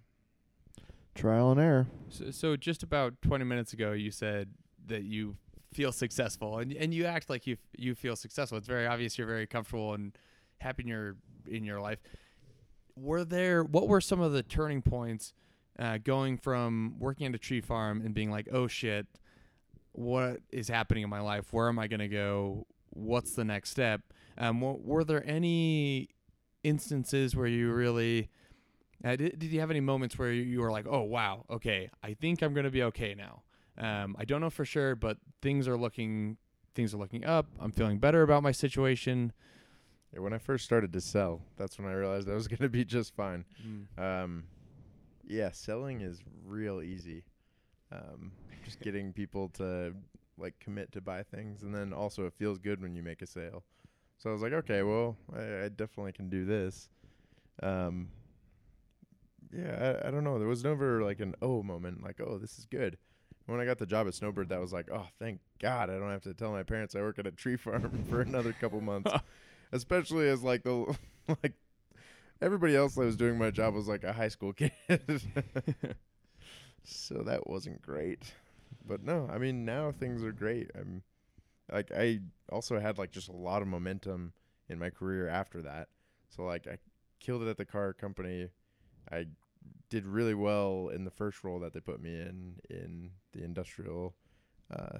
Trial and error. So, so just about 20 minutes ago, you said that you feel successful, and and you act like you you feel successful. It's very obvious you're very comfortable and happy in your in your life. Were there what were some of the turning points uh, going from working at a tree farm and being like, oh shit, what is happening in my life? Where am I gonna go? What's the next step? Um, were, were there any instances where you really uh, did, did you have any moments where you, you were like, oh, wow, okay, I think I'm going to be okay now? Um, I don't know for sure, but things are looking things are looking up. I'm feeling better about my situation. Yeah, when I first started to sell, that's when I realized I was gonna be just fine. Mm, Um, yeah, selling is real easy. Um, just getting people to like commit to buy things, and then also it feels good when you make a sale. So I was like, okay, well, I, I definitely can do this. Um, yeah, I, I don't know. There was never like an oh moment, like oh this is good. When I got the job at Snowbird, that was like, oh thank God, I don't have to tell my parents I work at a tree farm for another couple months. Especially as like the like everybody else that was doing my job was like a high school kid. so that wasn't great. But no, I mean now things are great. I'm like I also had like just a lot of momentum in my career after that. So like I killed it at the car company. I did really well in the first role that they put me in in the industrial uh,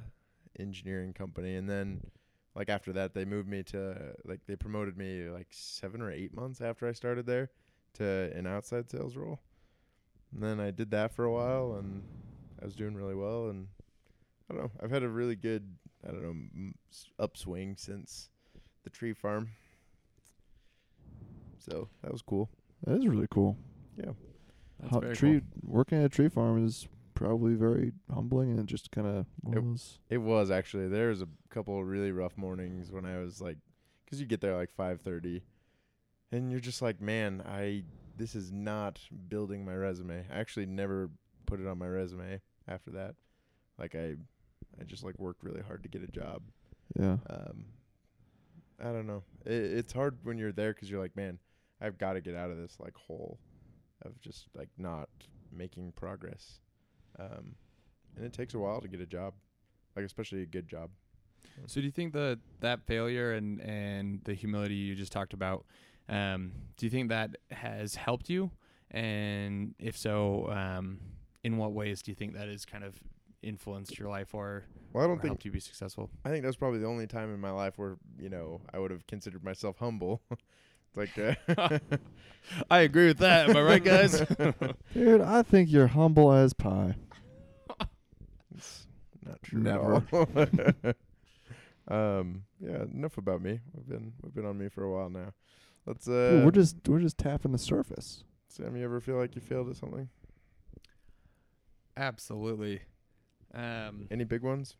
engineering company, and then like after that they moved me to like they promoted me like seven or eight months after I started there to an outside sales role. And then I did that for a while, and I was doing really well. And I don't know, I've had a really good I don't know m- s- upswing since the tree farm. So that was cool. That is really cool. That's How- very tree working at a tree farm is probably very humbling and just kind of It- It was actually. There was a couple of really rough mornings when I was like, because you get there like five thirty, and you're just like, man, I this is not building my resume. I actually never put it on my resume after that. Like I, I just like worked really hard to get a job. yeah. Um, I don't know. It, it's hard when you're there 'cause you're like, man, I've got to get out of this like hole of just like not making progress. Um, and it takes a while to get a job, like especially a good job. cool. So do you think that that failure and and the humility you just talked about, um, do you think that has helped you? And if so, um, in what ways do you think that has kind of influenced your life or, Well, I or don't think helped you be successful? I think that's probably the only time in my life where you know I would have considered myself humble. it's like uh, I agree with that. Am I right, guys? Dude, I think you're humble as pie. It's not true. Never. At all. um. Yeah. Enough about me. We've been we've been on me for a while now. Let's. Uh, Dude, we're just we're just tapping the surface. Sam, you ever feel like you failed at something? Absolutely. Um, Any big ones?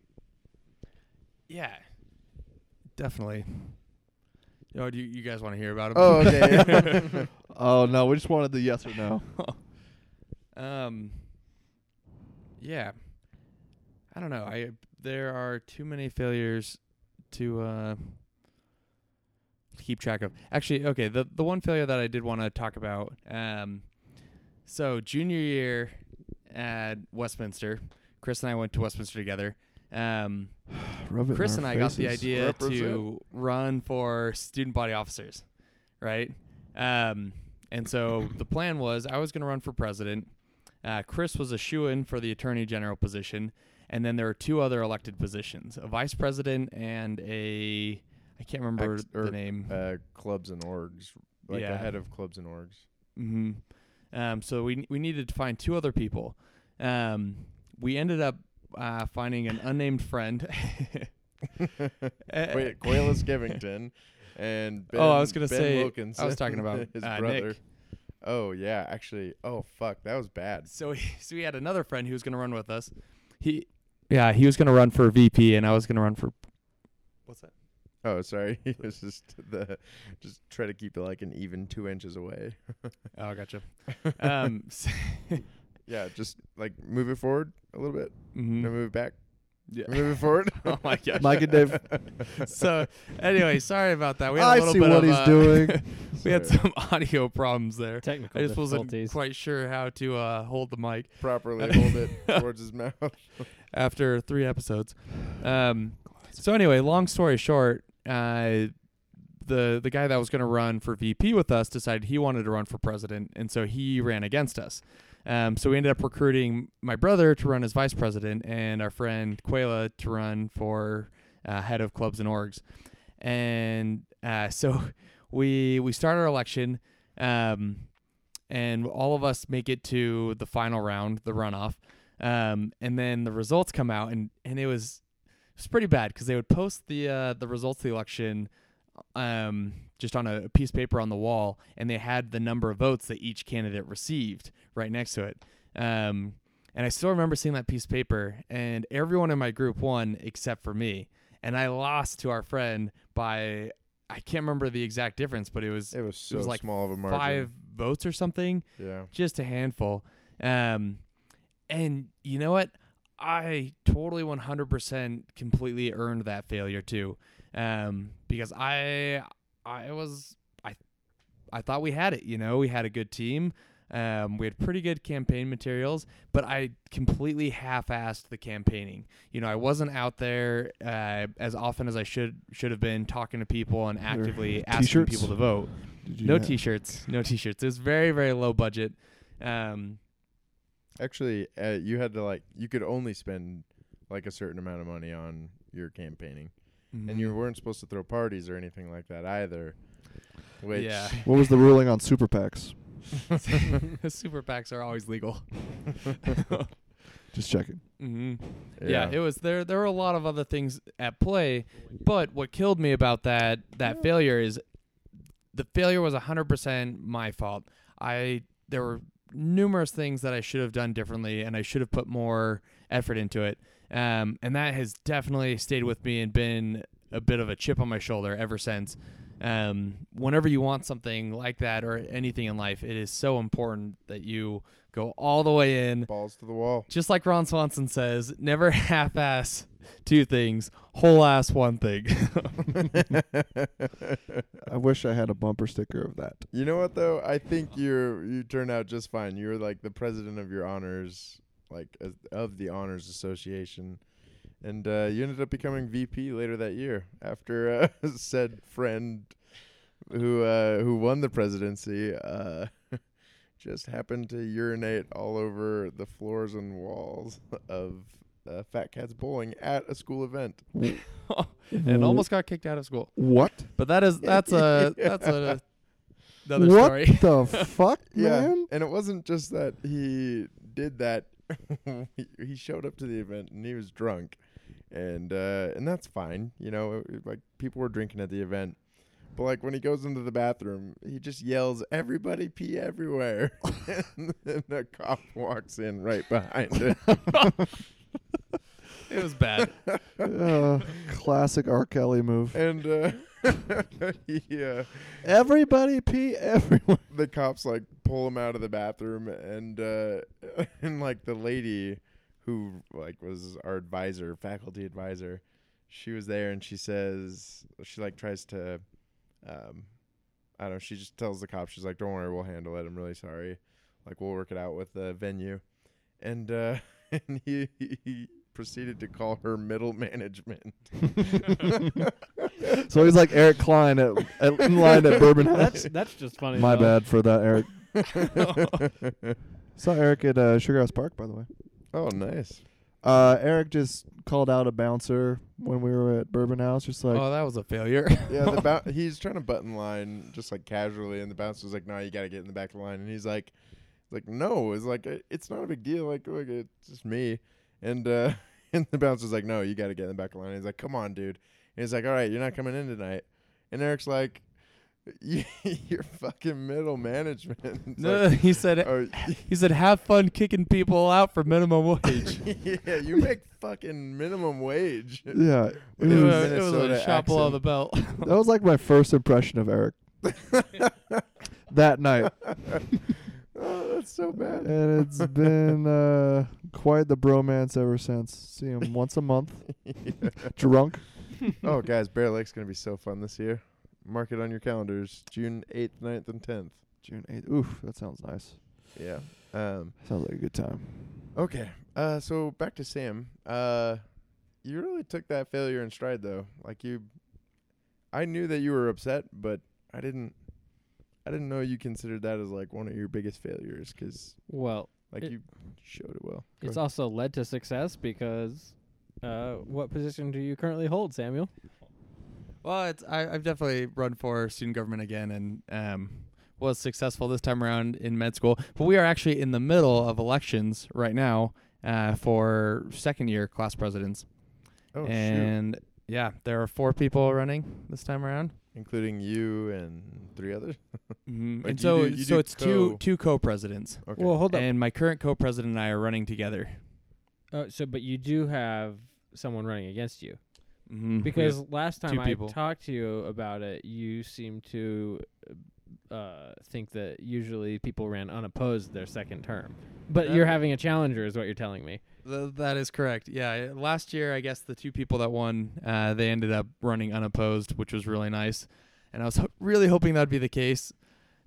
Yeah, definitely. Oh, do you, you guys want to hear about it? Oh, okay. Oh no, we just wanted the yes or no. um, yeah. I don't know. I there are too many failures to uh to keep track of. Actually, okay, the the one failure that I did want to talk about. Um, so junior year at Westminster, Chris and I went to Westminster together, Um, Rub it in Chris our and I got the faces. idea to Represent. run for student body officers, right? Um, and so the plan was I was going to run for president. Uh, Chris was a shoe in for the attorney general position. And then there are two other elected positions a vice president and a, I can't remember Ex- the or, name. Uh, clubs and orgs, like Yeah. the head of clubs and orgs. hmm Um, so we we needed to find two other people. Um, we ended up uh, finding an unnamed friend. Qua- Quaylis Givington and Ben, Uh, Oh, I was gonna Ben say- I was Wilkinson, talking about, his uh, Nick. brother. Oh yeah, actually. Oh fuck, that was bad. so we, so we had another friend who was going to run with us. He yeah, he was going to run for VP, and I was going to run for what's that? Oh sorry, it was just the just try to keep it like an even two inches away. Oh, gotcha. um, s- Yeah, just like move it forward a little bit, then mhm. move it back, Yeah. move it forward. Oh my gosh. Mike and Dave. So anyway, sorry about that. We had a I little see bit what of, he's uh, doing. we had Sorry. some audio problems there. Technical I just wasn't difficulties. quite sure how to uh, hold the mic. properly hold it towards his mouth. after three episodes. Um, so anyway, long story short, uh, the the guy that was going to run for VP with us decided he wanted to run for president, and so he ran against us. Um, so we ended up recruiting my brother to run as vice president, and our friend Quela to run for uh, head of clubs and orgs. And uh, so we we start our election. Um, and all of us make it to the final round, the runoff, um, and then the results come out, and and it was it was pretty bad because they would post the uh, the results of the election, um, just on a piece of paper on the wall, and they had the number of votes that each candidate received right next to it. Um, and I still remember seeing that piece of paper, and everyone in my group won except for me, and I lost to our friend by. I can't remember the exact difference, but it was It was so was like small of a margin. five votes or something, Yeah. just a handful. Um, and you know what? I totally 100% completely earned that failure too, um, because I I was I I thought we had it. You know, we had a good team. Um, we had pretty good campaign materials, but I completely half-assed the campaigning. You know, I wasn't out there uh, as often as I should should have been talking to people and actively asking t-shirts? people to vote Did you no ha- t-shirts no t-shirts it was very very low budget um Actually, uh, you had to like you could only spend like a certain amount of money on your campaigning, and Mm-hmm. you weren't supposed to throw parties or anything like that either. Which yeah What was the ruling on super PACs? super packs are always legal Just checking. hmm yeah. it was there there were a lot of other things at play but what killed me about that that failure is the failure was 100% my fault i there were numerous things that i should have done differently and i should have put more effort into it um, and that has definitely stayed with me and been a bit of a chip on my shoulder ever since um, whenever you want something like that or anything in life it is so important that you go all the way in balls to the wall. just like Ron Swanson says, never half ass two things, whole ass one thing. I wish I had a bumper sticker of that. You know what though? I think you're you turned out just fine. You were like the president of your honors, like as, of the honors association, and uh, you ended up becoming VP later that year after uh, said friend who uh, who won the presidency uh, just happened to urinate all over the floors and walls of uh, Fat Cats Bowling at a school event. and almost got kicked out of school. What? But that is that's a that's a another what story. the fuck, Yeah, man? and it wasn't just that he did that. he he showed up to the event and he was drunk, and uh, and that's fine. You know, it- it- like people were drinking at the event, but like when he goes into the bathroom, he just yells, "Everybody pee everywhere!" and then a cop walks in right behind him. It was bad. Uh, classic R. Kelly move. and uh, he. Uh, Everybody pee everywhere. the cops like pull him out of the bathroom and uh and like the lady who like was our advisor faculty advisor she was there and she says she like tries to um i don't know she just tells the cops she's like don't worry we'll handle it i'm really sorry like we'll work it out with the venue and uh and he, he proceeded to call her middle management. So he's like Eric Klein at, at in line at Bourbon that's House. that's just funny. My though. bad for that, Eric. Saw Eric at uh, Sugar House Park, by the way. Oh, nice. Uh, Eric just called out a bouncer when we were at Bourbon House, just like oh, that was a failure. Yeah, the bou- he's trying to button line just like casually, and the bouncer's like, "No, you got to get in the back of the line." And he's like, "Like no, it's like uh, it's not a big deal. Like look, it's just me." And uh, and the bouncer's like, "No, you got to get in the back of the line." he's like, "Come on, dude." And he's like, "All right, you're not coming in tonight." And Eric's like, "You- "You're fucking middle management." It's no, like, he said. "Oh, He said, "Have fun kicking people out for minimum wage." yeah, you make fucking minimum wage. yeah. it, It was, was, it was a Minnesota shot below accent. the belt. that was like my first impression of Eric that night, Oh, that's so bad. and it's been uh, quite the bromance ever since. See him once a month, drunk. oh, guys, Bear Lake's gonna be so fun this year. Mark it on your calendars, June eighth, 9th, and tenth. June eighth. Oof, that sounds nice. Yeah. Um. Sounds like a good time. Okay. Uh. So back to Sam. Uh, you really took that failure in stride, though. Like you, I knew that you were upset, but I didn't. I didn't know you considered that as like one of your biggest failures, because Well, like It- you showed it well. Go it's ahead. also led to success because uh, what position do you currently hold, Samuel? Well, it's, I, I've definitely run for student government again and um, was successful this time around in med school. But we are actually in the middle of elections right now uh, for second year class presidents. oh shoot! and yeah, there are four people running this time around. Including you and three others. Wait, Mhm. And Mm-hmm. you so, do- you so do it's two co- two co-presidents, Okay. Well, hold and my current co-president and I are running together. up. Uh, so, but you do have someone running against you Mhm. because last time two I people. talked to you about it, you seemed to uh, think that usually people ran unopposed their second term. But you're Uh, having a challenger, is what you're telling me. Th- that is correct. Yeah, I- last year I guess the two people that won, uh, they ended up running unopposed, which was really nice, and I was ho- really hoping that'd be the case,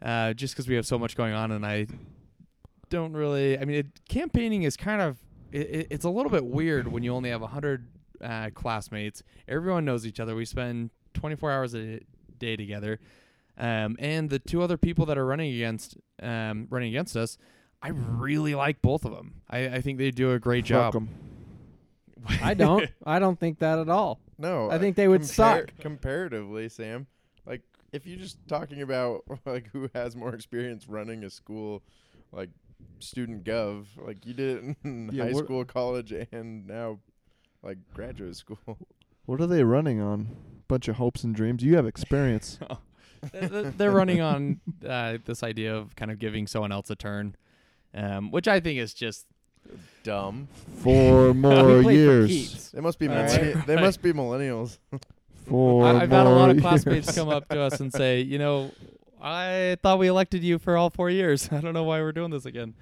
uh, just because we have so much going on, and I don't really. I mean, it, campaigning is kind of it, it, it's a little bit weird when you only have hundred uh, classmates. Everyone knows each other. We spend 24 hours a day together, um, and the two other people that are running against um, running against us. I really like both of them. I, I think they do a great job. Fuck 'em. I don't. I don't think that at all. No, uh, I think they would suck. comparatively, Sam. Like if you're just talking about like who has more experience running a school, like student gov, like you did it in Yeah, high what- school, college, and now like graduate school. What are they running on? Bunch of hopes and dreams. You have experience. Th- th- They're running on uh, this idea of kind of giving someone else a turn, um, which I think is just Dumb. Four more played for years. keeps. They must be All right. millenni- they must be millennials. Four I, I've had a more lot of years. classmates come up to us and say, you know, I thought we elected you for all four years. I don't know why we're doing this again.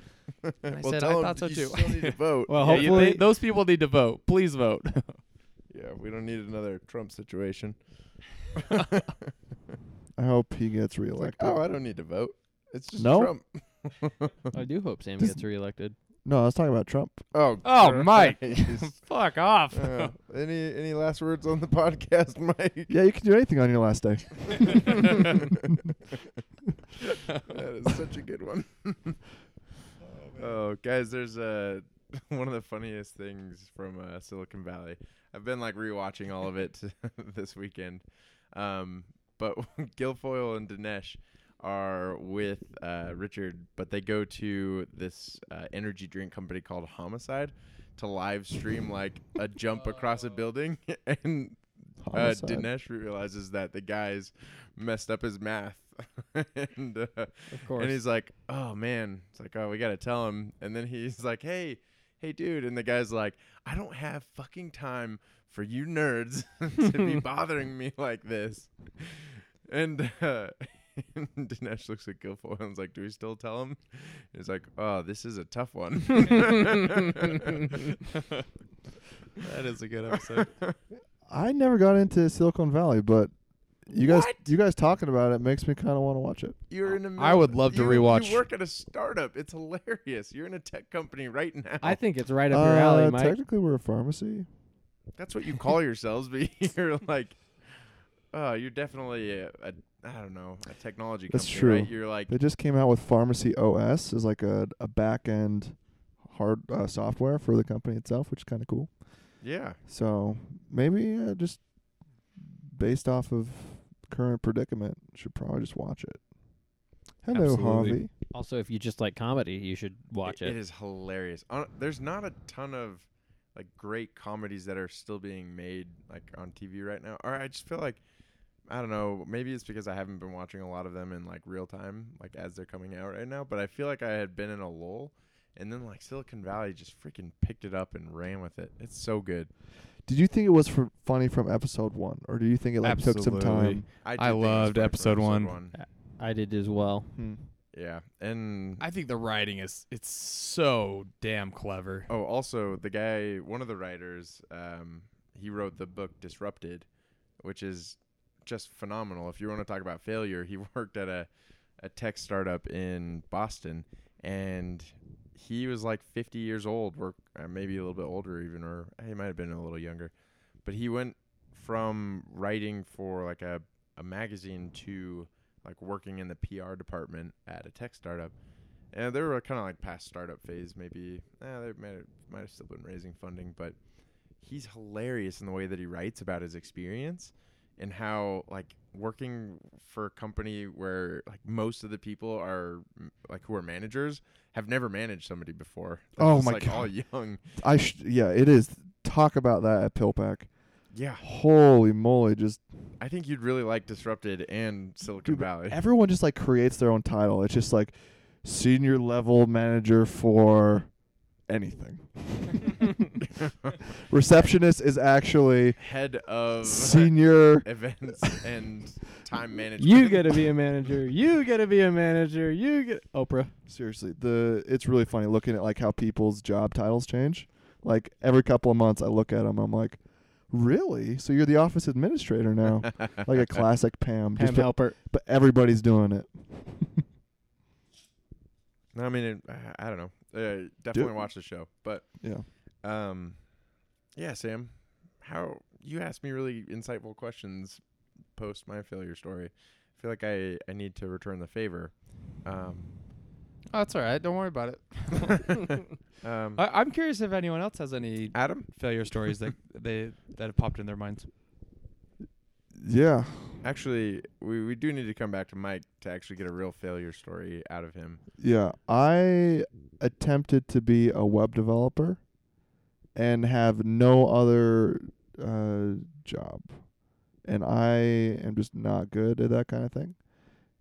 And I well, said, tell I 'em thought so you too. Still need to vote. Well, Yeah, you- they- hopefully, those people need to vote. Please vote. yeah, we don't need another Trump situation. I hope he gets It's like, reelected. oh, I don't need to vote. It's just No? Trump. I do hope Sam Does- gets reelected. no, I was talking about Trump. Oh, Oh, Mike. Christ. Fuck off. Uh, any any last words on the podcast, Mike? Yeah, you can do anything on your last day. That is such a good one. oh, guys, there's uh, one of the funniest things from uh, Silicon Valley. I've been like rewatching all of it this weekend. Um, but Guilfoyle and Dinesh are with uh, Richard, but they go to this uh, energy drink company called Homicide to live stream like a jump across a building. and uh, Homicide. Dinesh realizes that the guys messed up his math. and uh, Of course. and he's like, "Oh man!" It's like, "Oh, we gotta tell him." And then he's like, "Hey, hey, dude!" And the guy's like, "I don't have fucking time for you nerds to be bothering me like this." And, uh, and Dinesh looks at Guilfoyle and's like, "Do we still tell him?" He's like, "Oh, this is a tough one." that is a good episode. I never got into Silicon Valley, but You guys, you guys talking about it makes me kind of want to watch it. You're in a I would love to you, rewatch- You work at a startup. It's hilarious. You're in a tech company right now. I think it's right up your alley, Uh, Mike. Technically, we're a pharmacy. That's what you call yourselves, but you're like, oh, you're definitely a, a I don't know, a technology That's company, true. right? You're like, They just came out with Pharmacy OS as like a a back end hard uh, software for the company itself, which is kind of cool. yeah, So maybe uh, just based off of current predicament, should probably just watch it. Hello, Absolutely. Harvey. Also, if you just like comedy, you should watch it it. is hilarious. Hon- there's not a ton of like great comedies that are still being made like on TV right now. Or I just feel like I don't know, maybe it's because I haven't been watching a lot of them in like real time, like as they're coming out right now, but I feel like I had been in a lull and then like Silicon Valley just freaking picked it up and ran with it. It's so good. Did you think it was fr- funny from episode one, or do you think it like took some Absolutely. time? I did think it was loved funny for episode one. I did as well. Hmm. Yeah. And I think the writing is it's so damn clever. Oh, also the guy, one of the writers, um, he wrote the book Disrupted, which is just phenomenal. If you want to talk about failure, he worked at a, a tech startup in Boston, and he was like 50 years old, or uh, maybe a little bit older even, or he might have been a little younger. But he went from writing for like a, a magazine to like working in the PR department at a tech startup. And they were kind of like past startup phase, maybe. Eh, they might have, might have still been raising funding, but he's hilarious in the way that he writes about his experience and how like working for a company where like most of the people are m- like who are managers have never managed somebody before. They're Oh just, my like, All young. I sh- yeah, it is. Talk about that at Pillpack. Yeah, Holy moly! Just I think you'd really like Disrupted and Silicon Dude, Valley. everyone just like creates their own title. It's just like senior level manager for anything. Receptionist is actually Head of senior. events and time management. You gotta be a manager. You gotta be a manager. You get Oprah. Seriously, the it's really funny looking at like how people's job titles change. Like every couple of months, I look at them. I'm like, really? So you're the office administrator now? like a classic Pam. Pam just but, Halpert. but everybody's doing it. No, I mean, it, I- I don't know. Uh, definitely watch the show, but Yeah. um, yeah, Sam, how you asked me really insightful questions post my failure story. I feel like I I need to return the favor. Um, Oh, that's all right. Don't worry about it. um, I, I'm curious if anyone else has any Adam, failure stories that they that have popped in their minds. Yeah. actually, we we do need to come back to Mike to actually get a real failure story out of him. Yeah, I attempted to be a web developer and have no other uh, job. And I am just not good at that kind of thing.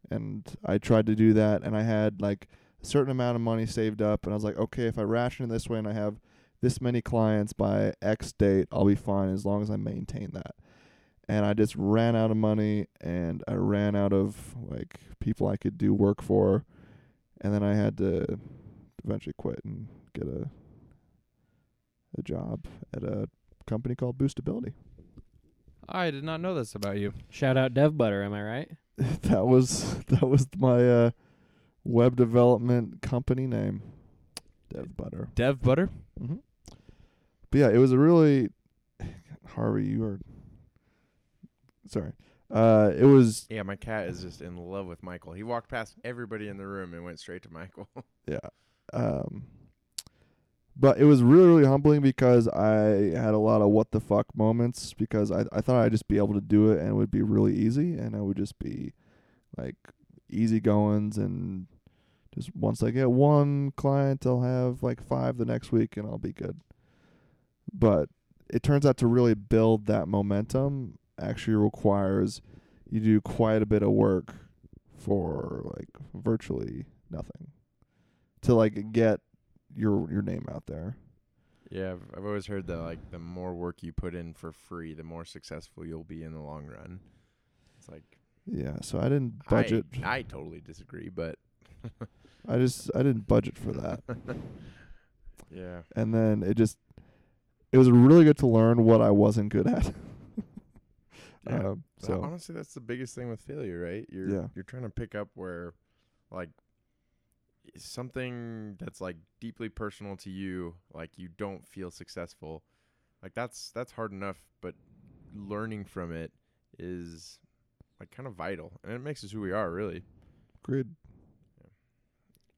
And I tried to do that, and I had like a certain amount of money saved up. And I was like, okay, if I ration it this way and I have this many clients by X date, I'll be fine as long as I maintain that. And I just ran out of money and I ran out of like people I could do work for and then I had to eventually quit and get a a job at a company called Boostability. I did not know this about you. Shout out Dev Butter. Am I right? that was that was my uh, web development company name, Dev Butter. Dev Butter. hmm But yeah, it was a really Harvey. You were sorry. Uh, it was Yeah, my cat is just in love with Michael. He walked past everybody in the room and went straight to Michael. yeah. Um, but it was really, really humbling because I had a lot of what the fuck moments because I, I thought I'd just be able to do it and it would be really easy and I would just be like easy goings and just once I get one client, I'll have like five the next week and I'll be good. But it turns out to really build that momentum actually requires you do quite a bit of work for like virtually nothing to like get your your name out there. Yeah, I've, I've always heard that like the more work you put in for free, the more successful you'll be in the long run. It's like Yeah, so I didn't budget. I, I, I totally disagree, but just I didn't budget for that, yeah, and then it just it was really good to learn what I wasn't good at. Yeah. Um, So so honestly, that's the biggest thing with failure, right? You're Yeah. you're trying to pick up where, like, something that's like deeply personal to you, like you don't feel successful, like that's that's hard enough, but learning from it is like kind of vital, and it makes us who we are, really. Agreed.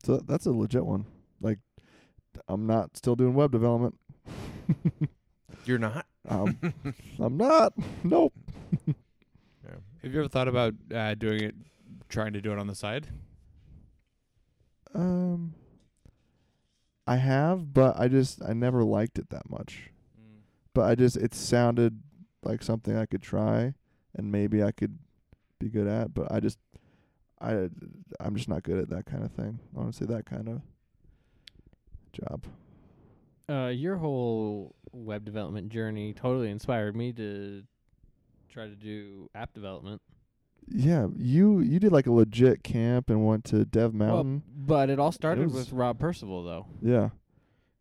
So that's a legit one. Like, I'm not still doing web development. You're not. Um, I'm not. Nope. Have you ever thought about uh, doing it, trying to do it on the side? Um, I have, but I just I never liked it that much. But I just it sounded like something I could try, and maybe I could be good at. But I just I I'm just not good at that kind of thing. Honestly, that kind of job. Uh, your whole web development journey totally inspired me to try to do app development. Yeah, you you did like a legit camp and went to Dev Mountain. but it all started Mm-hmm. was- with Rob Percival, though. yeah,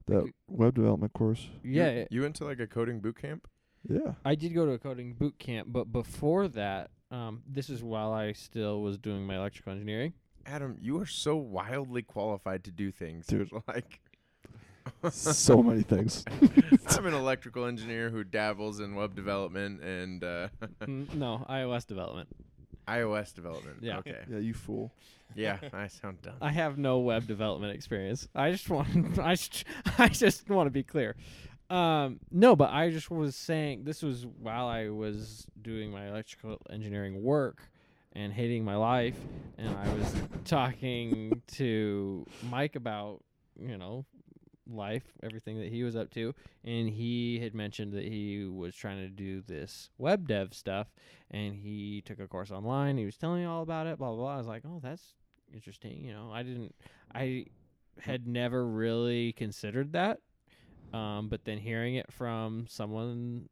that you- web development course. You- Yeah, You, went to like a coding boot camp. Yeah, I did go to a coding boot camp, but before that, um, this is while I still was doing my electrical engineering. Adam, you are so wildly qualified to do things. Dude. Like, so many things. I'm an electrical engineer who dabbles in web development and uh, N- no, iOS development. iOS development. Yeah. Okay. Yeah, you fool. Yeah, I sound dumb. I have no web development experience. I just want I just, I just want to be clear. Um, no, but I just was saying this was while I was doing my electrical engineering work and hating my life and I was talking to Mike about, you know, life, everything that he was up to, and he had mentioned that he was trying to do this web dev stuff and he took a course online. He was telling me all about it, blah blah blah. I was like, "Oh, that's interesting. You know, I didn't, I had never really considered that. Um, but then hearing it from someone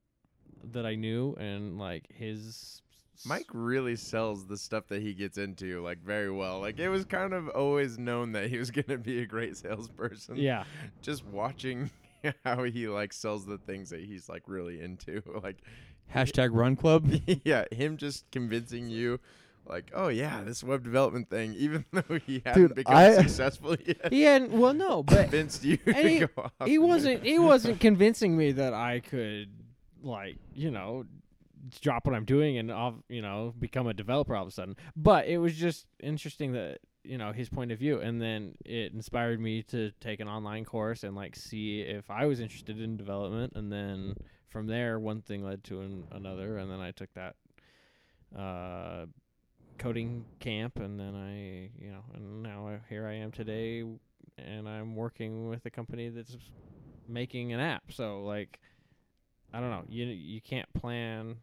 that I knew and like his s- Mike really sells the stuff that he gets into like very well. Like it was kind of always known that he was going to be a great salesperson. yeah, Just watching how he like sells the things that he's like really into. Like Hashtag Run Club. yeah, him just convincing you like, "Oh yeah, this web development thing even though he hadn't Dude, become I- successful yet." he hadn't. Well, no, but convinced you and to he- go off. he and do wasn't. He wasn't convincing me that I could like you know drop what I'm doing and off you know become a developer all of a sudden. But it was just interesting that you know his point of view and then it inspired me to take an online course and like see if I was interested in development and then from there one thing led to an, another and then I took that uh coding camp and then I you know and now I, here I am today and I'm working with a company that's making an app so like I don't know you you can't plan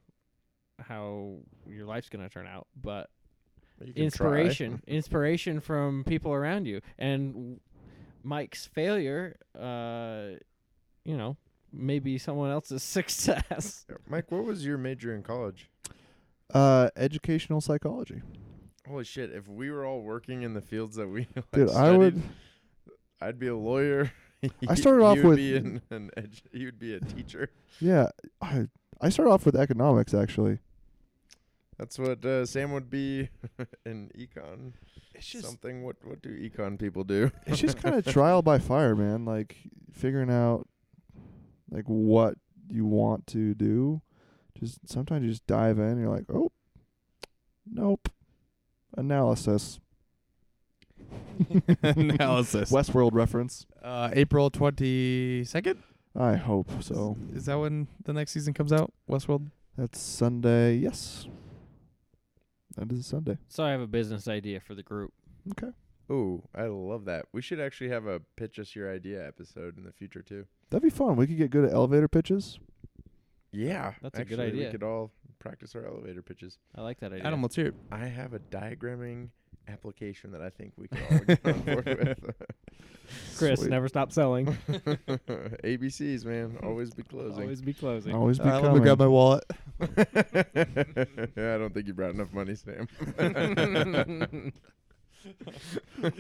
how your life's going to turn out but You can try. inspiration inspiration from people around you and w- Mike's failure uh you know maybe someone else's success Yeah, Mike, what was your major in college? Uh, educational psychology. Holy shit! If we were all working in the fields that we like, Dude, I studied, would. I'd be a lawyer. I started off you would with- be an, an edu- you'd be a teacher. Yeah, I I started off with economics actually. That's what uh, Sam would be in econ. It's Something. What what do econ people do? it's just kind of trial by fire, man. Like figuring out like what you want to do. Just sometimes you just dive in. You're like, oh, nope. Analysis. Analysis. Westworld reference. Uh, April twenty second. I hope so. Is that when the next season comes out? Westworld. That's Sunday. Yes, that is Sunday. so I have a business idea for the group Ooh, I love that. We should actually have a pitch us your idea episode in the future too. That'd be fun. We could get good at elevator pitches. Yeah, That's a good actually, idea. We could all practice our elevator pitches. I like that idea Adam, let's hear it. I have a diagramming application that I think we could all get on board with. Chris, Sweet. never stop selling. ABCs, man, always be closing. Always be closing. Always be Uh, let me coming. grab my wallet. yeah, I don't think you brought enough money, Sam.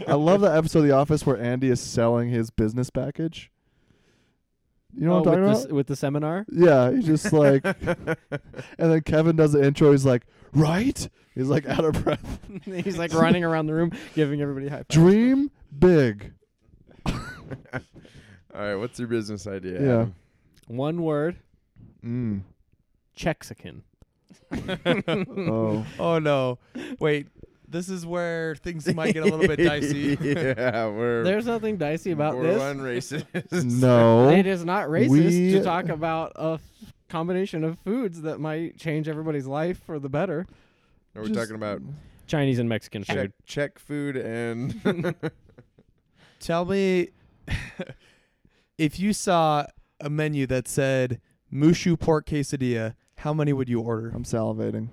I love that episode of The Office where Andy is selling his business package. You know Oh, what I'm talking with about? the, s- with the seminar? Yeah, he's just like, and then Kevin does the intro. He's like, right? He's like out of breath. He's like running around the room giving everybody high five. Dream big. All right, what's your business idea? Yeah. Adam? One word, Mm. Chexican. Oh, Oh no. Wait. This is where things might get a little bit dicey. yeah, we're There's nothing dicey about we're this. one racist. no. It is not racist We- to talk about a f- combination of foods that might change everybody's life for the better. Are we Just- talking about Chinese and Mexican Czech, food. Czech food and Tell me if you saw a menu that said Mushu pork quesadilla, how many would you order? I'm salivating.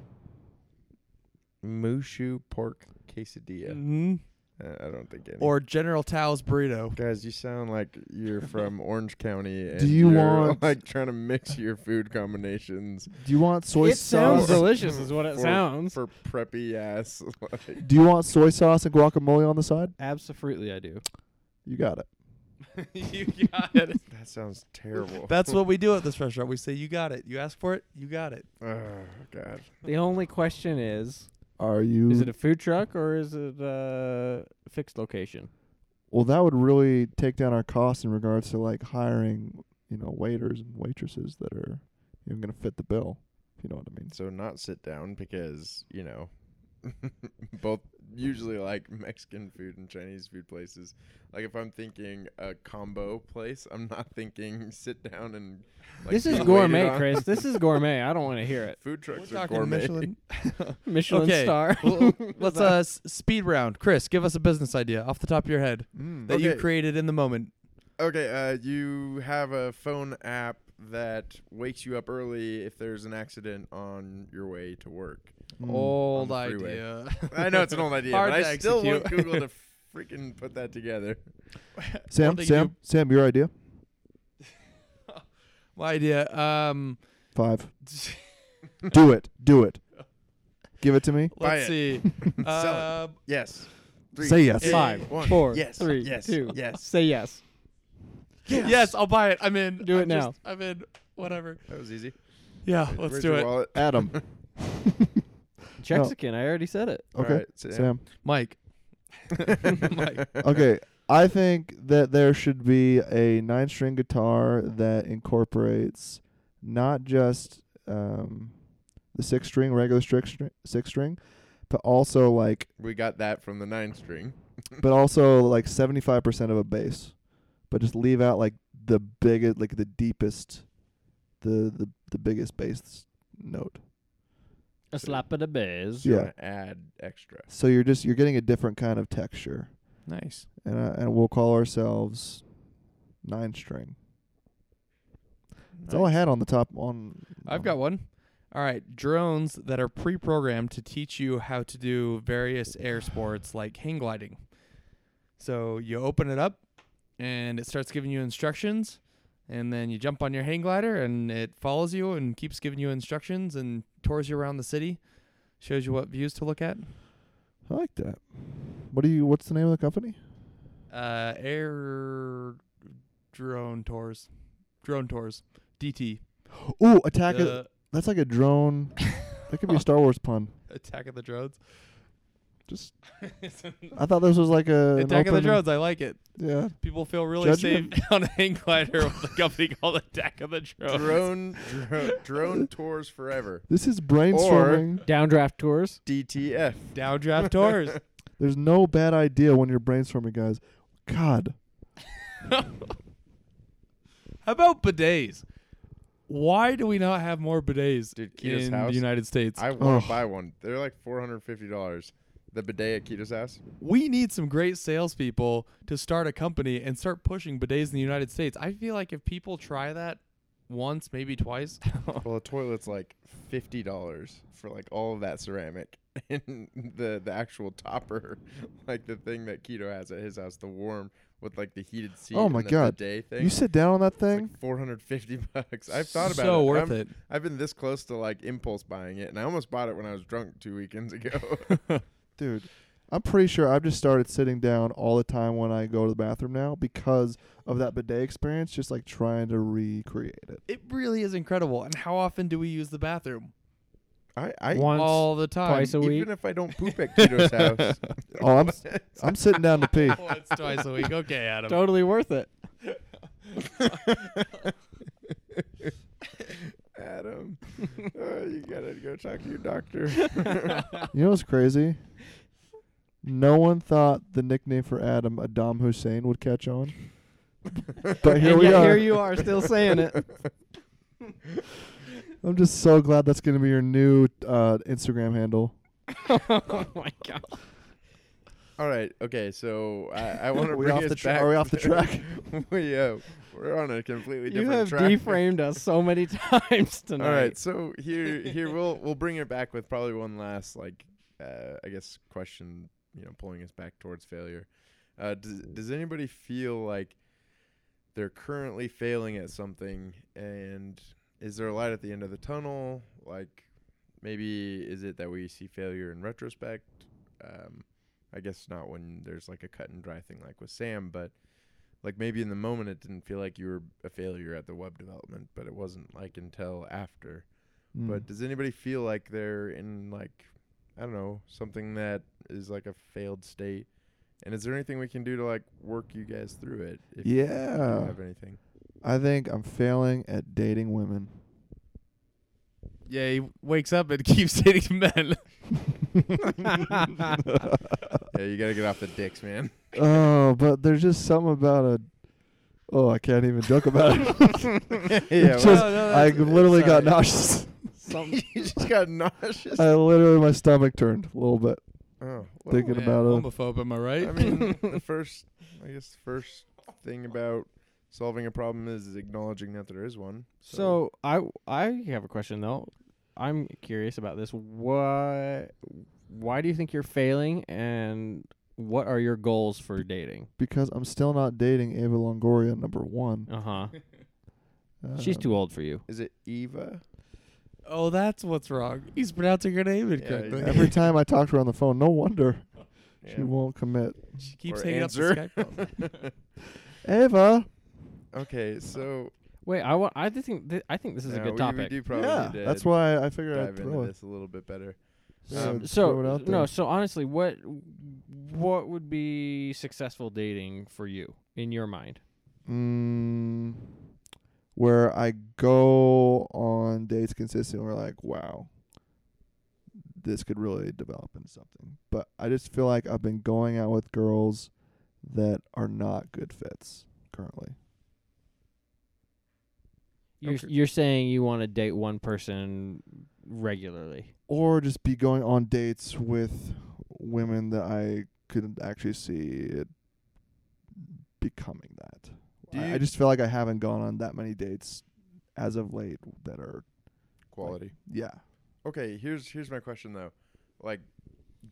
Mushu pork quesadilla? Mhm. Uh, I don't think any. Or General Tao's burrito. guys, you sound like you're from Orange County. And you are want- like trying to mix your food combinations Do you want soy it sounds sauce? delicious, is what it For- sounds. for preppy ass? Like, Do you want soy sauce and guacamole on the side? Absolutely, I do. You got it. you got it. that sounds terrible. That's what we do at this restaurant. We say you got it. You ask for it, you got it. oh god. The only question is Are you? is it a food truck or is it a fixed location? well, that would really take down our costs in regards to like hiring, you know, waiters and waitresses that are you know, going to fit the bill. If you know what I mean. So not sit down because you know, both usually like Mexican food and Chinese food places. Like if I'm thinking a combo place, I'm not thinking sit down and. Like, this is be waited gourmet, on. Chris. This is gourmet. I don't want to hear it. Food trucks We're are talking gourmet. Michelin. Michelin Okay. star. Well, Let's uh s- speed round. Chris, give us a business idea off the top of your head that you Okay. created in the moment. Okay, uh, you have a phone app that wakes you up early if there's an accident on your way to work. Mm. Old Mm, on the freeway. idea. I know it's an old idea, Hard but I to still want execute. Google to freaking put that together. Sam, Something Sam, you- Sam, your idea. My idea. Um Five. do it. Do it. Give it to me. Buy it. let's see. Sell Um, Yes. Three. Say yes. eight, Five, one. four, Yes, three, yes, two. yes. Say yes. Yes. I'll buy it. I'm in. Do it I'm now. just- I'm in. Whatever. That was easy. Yeah, Where's Oh, let's do your it. wallet? Adam. Mexican. I already said it. Okay. Alright, Sam. Sam. Mike. Mike. Okay. I think that there should be a nine string guitar that incorporates not just um, the six string, regular six string, six string, but also like, We got that from the nine string. but also like 75% of a bass, but just leave out like the biggest, like the deepest, the, the, the biggest bass note. A slap of the bears. You Yeah. wanna Add extra. So you're just, you're getting a different kind of texture. Nice. and uh, and we'll call ourselves Nine String. That's all I had on the top. On I've got one. All right, drones that are pre-programmed to teach you how to do various air sports like hang gliding. So you open it up, and it starts giving you instructions, and then you jump on your hang glider, and it follows you and keeps giving you instructions and tours you around the city, shows you what views to look at. I like that. What do you? What's the name of the company? Uh, air drone tours, drone tours, DT. Ooh, attack! of- Uh, that's like a drone. That could be a Star Wars pun. Attack of the Drones. Just I thought this was like a an Attack of the open- Drones. I like it. Yeah, People feel really Judgment. safe on a hang glider with a company called Attack of the Drones. Drone, drone, drone tours forever. this is brainstorming. Downdraft tours. DTF. Downdraft tours. There's no bad idea when you're brainstorming, guys. God, How about bidets? Why do we not have more bidets Dude, Keto's in house- the United States? I want Ugh. to buy one. They're like four hundred fifty dollars. The bidet at Keto's house. we need some great salespeople to start a company and start pushing bidets in the United States. I feel like if people try that once, maybe twice, Well, the toilet's like fifty dollars for like all of that ceramic and the the actual topper, like the thing that Keto has at his house, the warm with like the heated seat. Oh my and the God. bidet thing. you sit down on that It's thing. like 450 bucks. I've thought about it. so and worth I'm- it. I've been this close to like impulse buying it, and I almost bought it when I was drunk two weekends ago. Dude, I'm pretty sure I've just started sitting down all the time when I go to the bathroom now because of that bidet experience, just like trying to recreate it. It really is incredible. And how often do we use the bathroom? I, I Once, All the time. twice a week. even if I don't poop at Keto's house, Oh, I'm s- I'm sitting down to pee. Once, twice a week. Okay, Adam. Totally worth it. Adam, uh, you gotta go talk to your doctor. You know what's crazy? No one thought the nickname for Adam, Adam Hussein, would catch on. But here And we yet are. Here you are, still saying it. I'm just so glad that's going to be your new uh, Instagram handle. oh my god! All right, okay, so I, I want to We bring off us the tra- back. are we off the track? we, uh, we're on a completely You different have track. deframed us so many times tonight. All right, so here, here we'll we'll bring it back with probably one last like, uh, I guess question. You know, pulling us back towards failure. Uh, does does anybody feel like they're currently failing at something, and is there a light at the end of the tunnel? Like, maybe is it that we see failure in retrospect? Um, I guess not when there's like a cut and dry thing like with Sam, but like maybe in the moment it didn't feel like you were a failure at the web development, but it wasn't like until after. Mm. Hmm. But does anybody feel like they're in like I don't know something that is like a failed state? And is there anything we can do to like work you guys through it? If you do yeah, have anything? I think I'm failing at dating women. Yeah, he wakes up and keeps dating men. Yeah, you gotta get off the dicks, man. oh, but there's just something about a. Oh, I can't even joke about it. yeah, It's well, just- I literally got nauseous. you just got nauseous. I literally my stomach turned a little bit oh, well, thinking Yeah, about it. homophobe, am I right? I mean, the first, I guess, the first thing about solving a problem is acknowledging that there is one. So I I have a question though. I'm curious about this. What? Why do you think you're failing? And what are your goals for dating? because I'm still not dating Ava Longoria, number one. Uh huh. Uh, She's too old for you. is it Eva? oh, that's what's wrong. He's pronouncing her name incorrectly. exactly. Every time I talk to her on the phone, no wonder she won't commit. she keeps Or hanging answer. up the Skype call. Ava, Okay, so Wait, I want. I think th- I think this is a yeah, good we, topic. We do probably yeah, need to that's why I figured I'd dive throw into it. this a little bit better. Yeah, Um, throw it so out there. no so honestly what what would be successful dating for you in your mind mm, where I go on dates consistently. We're like, wow, this could really develop into something. But I just feel like I've been going out with girls that are not good fits currently. you're Okay. you're saying you want to date one person regularly or just be going on dates with women that I couldn't actually see it becoming that. Do I, I you- just feel like I haven't gone on that many dates as of late that are Quality. yeah. Okay, here's here's my question though. Like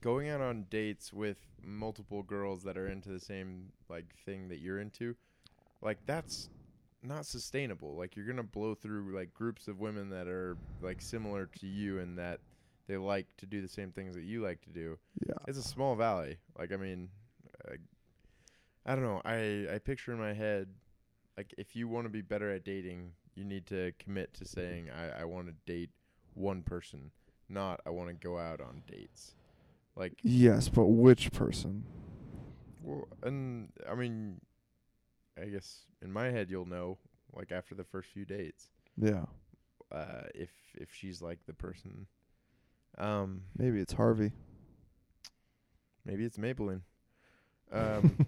going out on dates with multiple girls that are into the same like thing that you're into, like that's not sustainable. Like you're gonna blow through like groups of women that are like similar to you and that they like to do the same things that you like to do. Yeah. It's a small valley. Like I mean, I, I don't know. I I picture in my head like if you want to be better at dating, you need to commit to saying I I want to date one person, not I want to go out on dates. Like Yes, but which person? well, and I mean, I guess in my head you'll know like after the first few dates Yeah. uh if if she's like the person um Maybe it's Harvey. maybe it's Maybelline um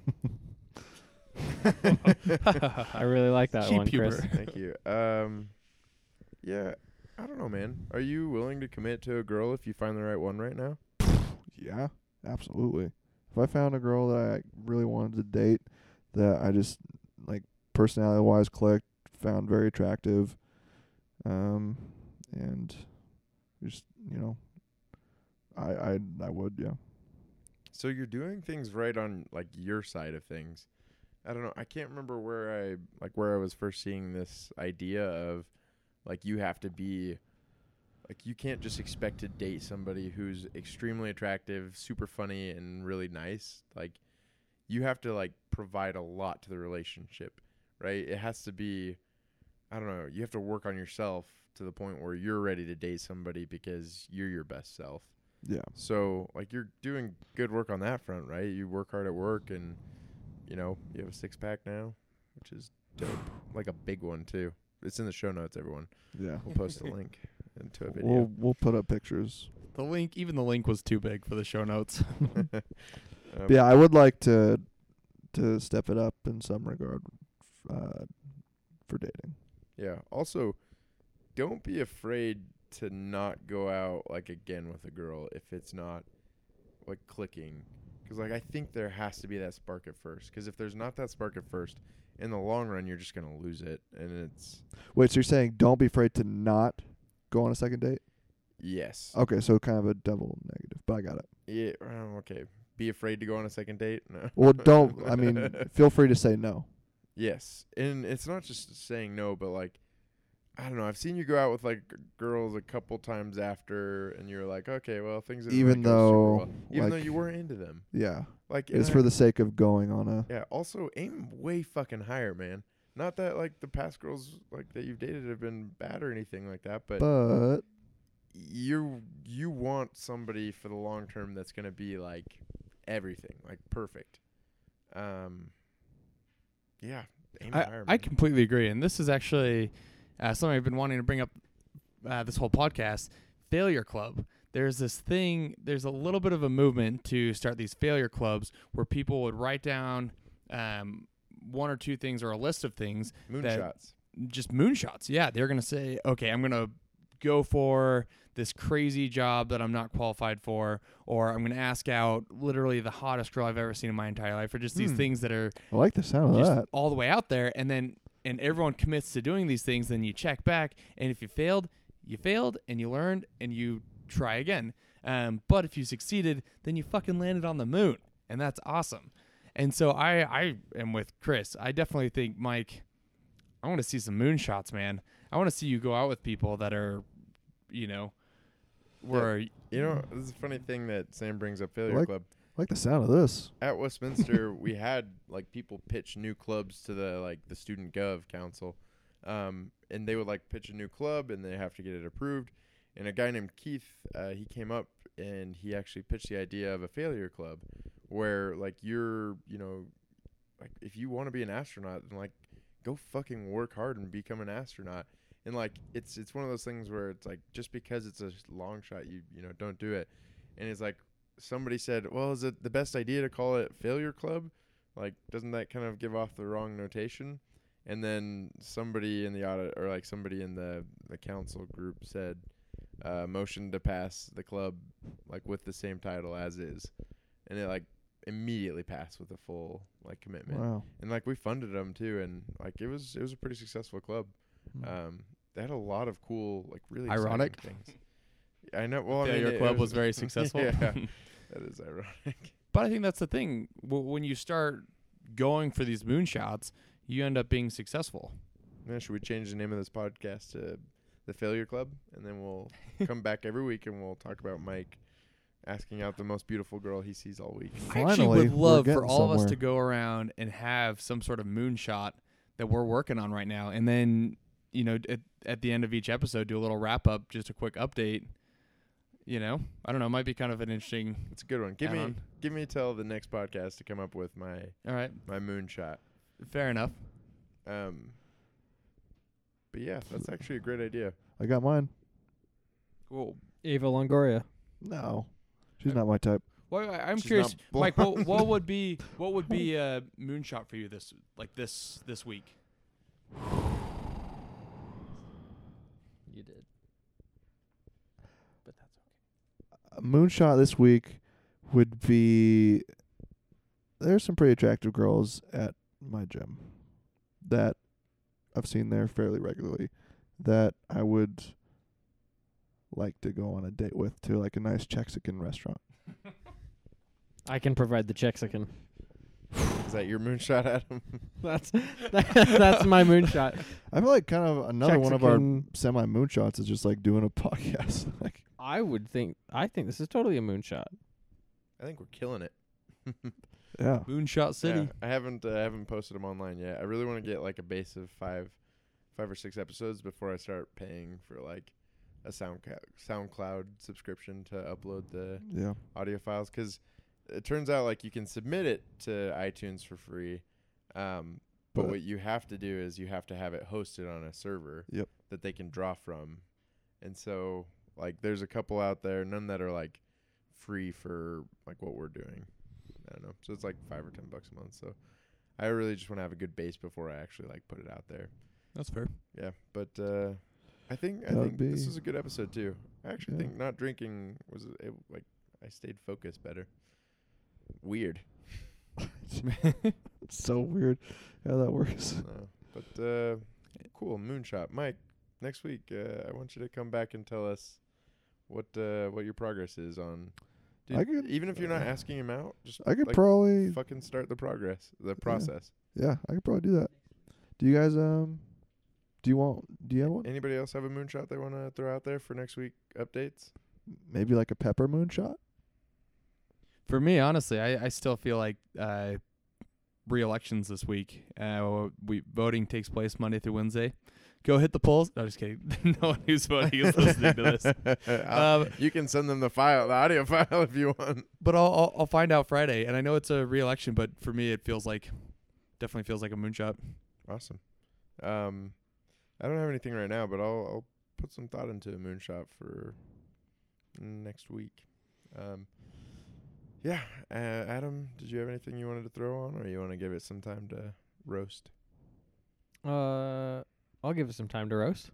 Uh-huh. i really like that Cheap one chris humor. Thank you. Um, yeah, I don't know, man. Are you willing to commit to a girl if you find the right one right now? Yeah, absolutely. If I found a girl that I really wanted to date, that I just like personality wise clicked, found very attractive, um, and just you know, I I I would yeah. So you're doing things right on like your side of things. I don't know. I can't remember where I like where I was first seeing this idea of like you have to be like you can't just expect to date somebody who's extremely attractive, super funny, and really nice. Like you have to like provide a lot to the relationship, right? It has to be I don't know, you have to work on yourself to the point where you're ready to date somebody because you're your best self. Yeah. So like you're doing good work on that front, right? You work hard at work and you know, you have a six pack now, which is dope. like a big one too. It's in the show notes, everyone. Yeah. We'll post a link into a video. We'll we'll put up pictures. The link, even the link was too big for the show notes. Um, yeah, I would like to to step it up in some regard uh, for dating. Yeah. Also, don't be afraid to not go out like again with a girl if it's not like clicking. Because like I think there has to be that spark at first. Because if there's not that spark at first, in the long run you're just gonna lose it, and it's Wait, so you're saying don't be afraid to not go on a second date? yes. Okay, so kind of a double negative, but I got it. Yeah. um, okay. Be afraid to go on a second date. No. Well, don't. I mean, feel free to say no. Yes, and it's not just saying no, but like, I don't know. I've seen you go out with like g- girls a couple times after, and you're like, okay, well, things didn't really Even go though, super well. even like- though you weren't into them, Yeah, like and it's I- for the sake of going on a. yeah. Also, aim way fucking higher, man. Not that like the past girls like that you've dated have been bad or anything like that, but, But you you want somebody for the long term that's gonna be like everything, like perfect. Um. Yeah, aim I, higher. I man. completely agree, and this is actually uh, something I've been wanting to bring up uh, this whole podcast. Failure Club. There's this thing. There's a little bit of a movement to start these failure clubs where people would write down um, one or two things or a list of things that moonshots. just moonshots. Yeah, they're gonna say, okay, I'm gonna go for this crazy job that I'm not qualified for, or I'm gonna ask out literally the hottest girl I've ever seen in my entire life, or just these things that are I like the sound of just that. all the way out there, and then and everyone commits to doing these things. Then you check back, and if you failed, you failed, and you learned, and you try again. Um, but if you succeeded, then you fucking landed on the moon, and that's awesome. And so I I am with Chris. I definitely think Mike. I want to see some moonshots, man. I want to see you go out with people that are, you know, where You know, this is a funny thing that Sam brings up Failure Like- Club. I like the sound of this. At Westminster, we had like people pitch new clubs to the like the student gov council. Um, and they would like pitch a new club and they have to get it approved. And a guy named Keith, uh, he came up and he actually pitched the idea of a failure club where like you're, you know, like if you want to be an astronaut, then like go fucking work hard and become an astronaut. And like it's it's one of those things where it's like just because it's a s- long shot, you you know don't do it. And it's like somebody said, well, is it the best idea to call it failure club? Like doesn't that kind of give off the wrong notation? And then somebody in the audit or like somebody in the the council group said, uh, motion to pass the club like with the same title as is, and it like immediately passed with a full like commitment Wow. and like we funded them too and like it was it was a pretty successful club Hmm. um they had a lot of cool like really exciting Ironic. things i know well I mean, failure it- it club was very successful. yeah that is ironic But I think that's the thing. W- when you start going for these moonshots, you end up being successful. man should we change the name of this podcast to the failure club and then we'll come back every week and we'll talk about mike asking out the most beautiful girl he sees all week I actually Finally, would we're love for getting all of us to somewhere. go around and have some sort of moonshot that we're working on right now, and then you know at, at the end of each episode do a little wrap up, just a quick update. You know, I don't know. It might be kind of an interesting. it's a good one give me Add-on. give me till the next podcast to come up with my All right, my moonshot fair enough. um but yeah that's actually a great idea I got mine. Cool. Ava Longoria. No, Uh, she's not my type. Well, I, I'm She's curious, not Mike. What, what would be what would be a moonshot for you this like this this week? You did. But that's A moonshot this week would be. There's some pretty attractive girls at my gym that I've seen there fairly regularly that I would like to go on a date with to like a nice Mexican restaurant. I can provide the Chexican. Is that your moonshot, Adam? That's that's my moonshot. I feel like kind of another one of our Mexican- semi moonshots is just like doing a podcast. like I would think I think this is totally a moonshot. I think we're killing it. yeah. Moonshot City. Yeah, I haven't uh, I haven't posted them online yet. I really want to get like a base of five, five or six episodes before I start paying for like a SoundCloud SoundCloud subscription to upload the Yeah. audio files because it turns out like you can submit it to iTunes for free, um, but, But- what you have to do is you have to have it hosted on a server Yep. that they can draw from, and so like there's a couple out there, none that are like free for like what we're doing. I don't know, so it's like five or ten bucks a month. So I really just want to have a good base before I actually like put it out there. That's fair. Yeah, but uh, I think I That would think this be- was a good episode too. I actually Yeah. think not drinking was it, like I stayed focused better. Weird, so weird how that works. uh, but uh, cool moonshot, Mike. Next week, uh, I want you to come back and tell us what uh, what your progress is on. Dude, I could- even if you're not asking him out, just I could like, probably fucking start the progress, the process. yeah, I could probably do that. Do you guys um do you want do you have one? Anybody else have a moonshot they want to throw out there for next week updates? Maybe like a pepper moonshot? For me, honestly, I, I still feel like uh, re-elections this week. Uh, we voting takes place Monday through Wednesday. Go hit the polls. No, just kidding. no one who's voting is listening to this. I'll- Um, you can send them the file, the audio file, if you want. but I'll, I'll I'll find out Friday. And I know it's a re-election, but for me, it feels like definitely feels like a moonshot. Awesome. Um, I don't have anything right now, but I'll I'll put some thought into a moonshot for next week. Um, yeah, uh, Adam, did you have anything you wanted to throw on, or you want to give it some time to roast? Uh, I'll give it some time to roast.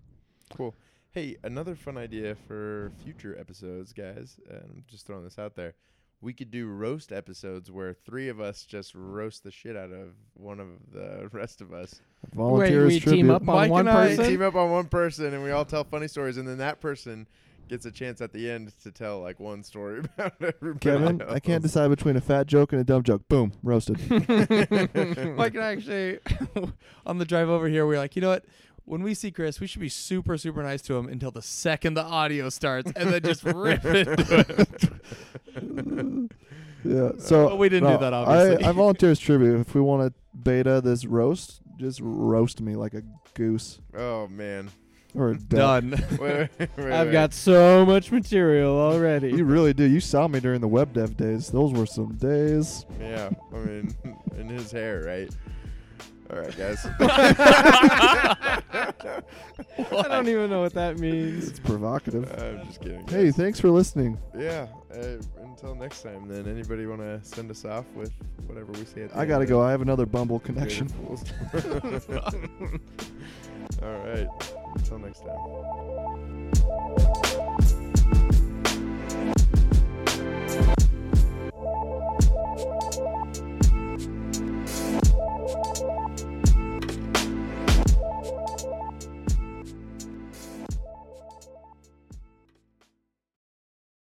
Cool. Hey, another fun idea for future episodes, guys. And I'm just throwing this out there. We could do roast episodes where three of us just roast the shit out of one of the rest of us. Volunteers we tribute. team up on Mike one and I- We person? team up on one person and we all tell funny stories, and then that person gets a chance at the end to tell like one story about everybody. Kevin, I can't else. decide between a fat joke and a dumb joke. Boom, roasted. Mike and I actually, on the drive over here, we are like, you know what? When we see Chris, we should be super, super nice to him until the second the audio starts, and then just rip into it. yeah. So But we didn't do that, obviously. I, I volunteer as tribute. If we want to beta this roast, just roast me like a goose Oh man, or a duck. Done. wait, wait, wait, I've wait. got so much material already. You really do. You saw me during the web dev days. Those were some days. yeah. I mean, in his hair, right? All right, guys. I don't even know what that means. It's Uh, provocative. I'm just kidding. Hey, guys. thanks for listening. yeah. Uh, until next time, then. Anybody want to send us off with whatever we say at the I gotta end go. of I have another Bumble Creative connection. Fools? All right. Until next time.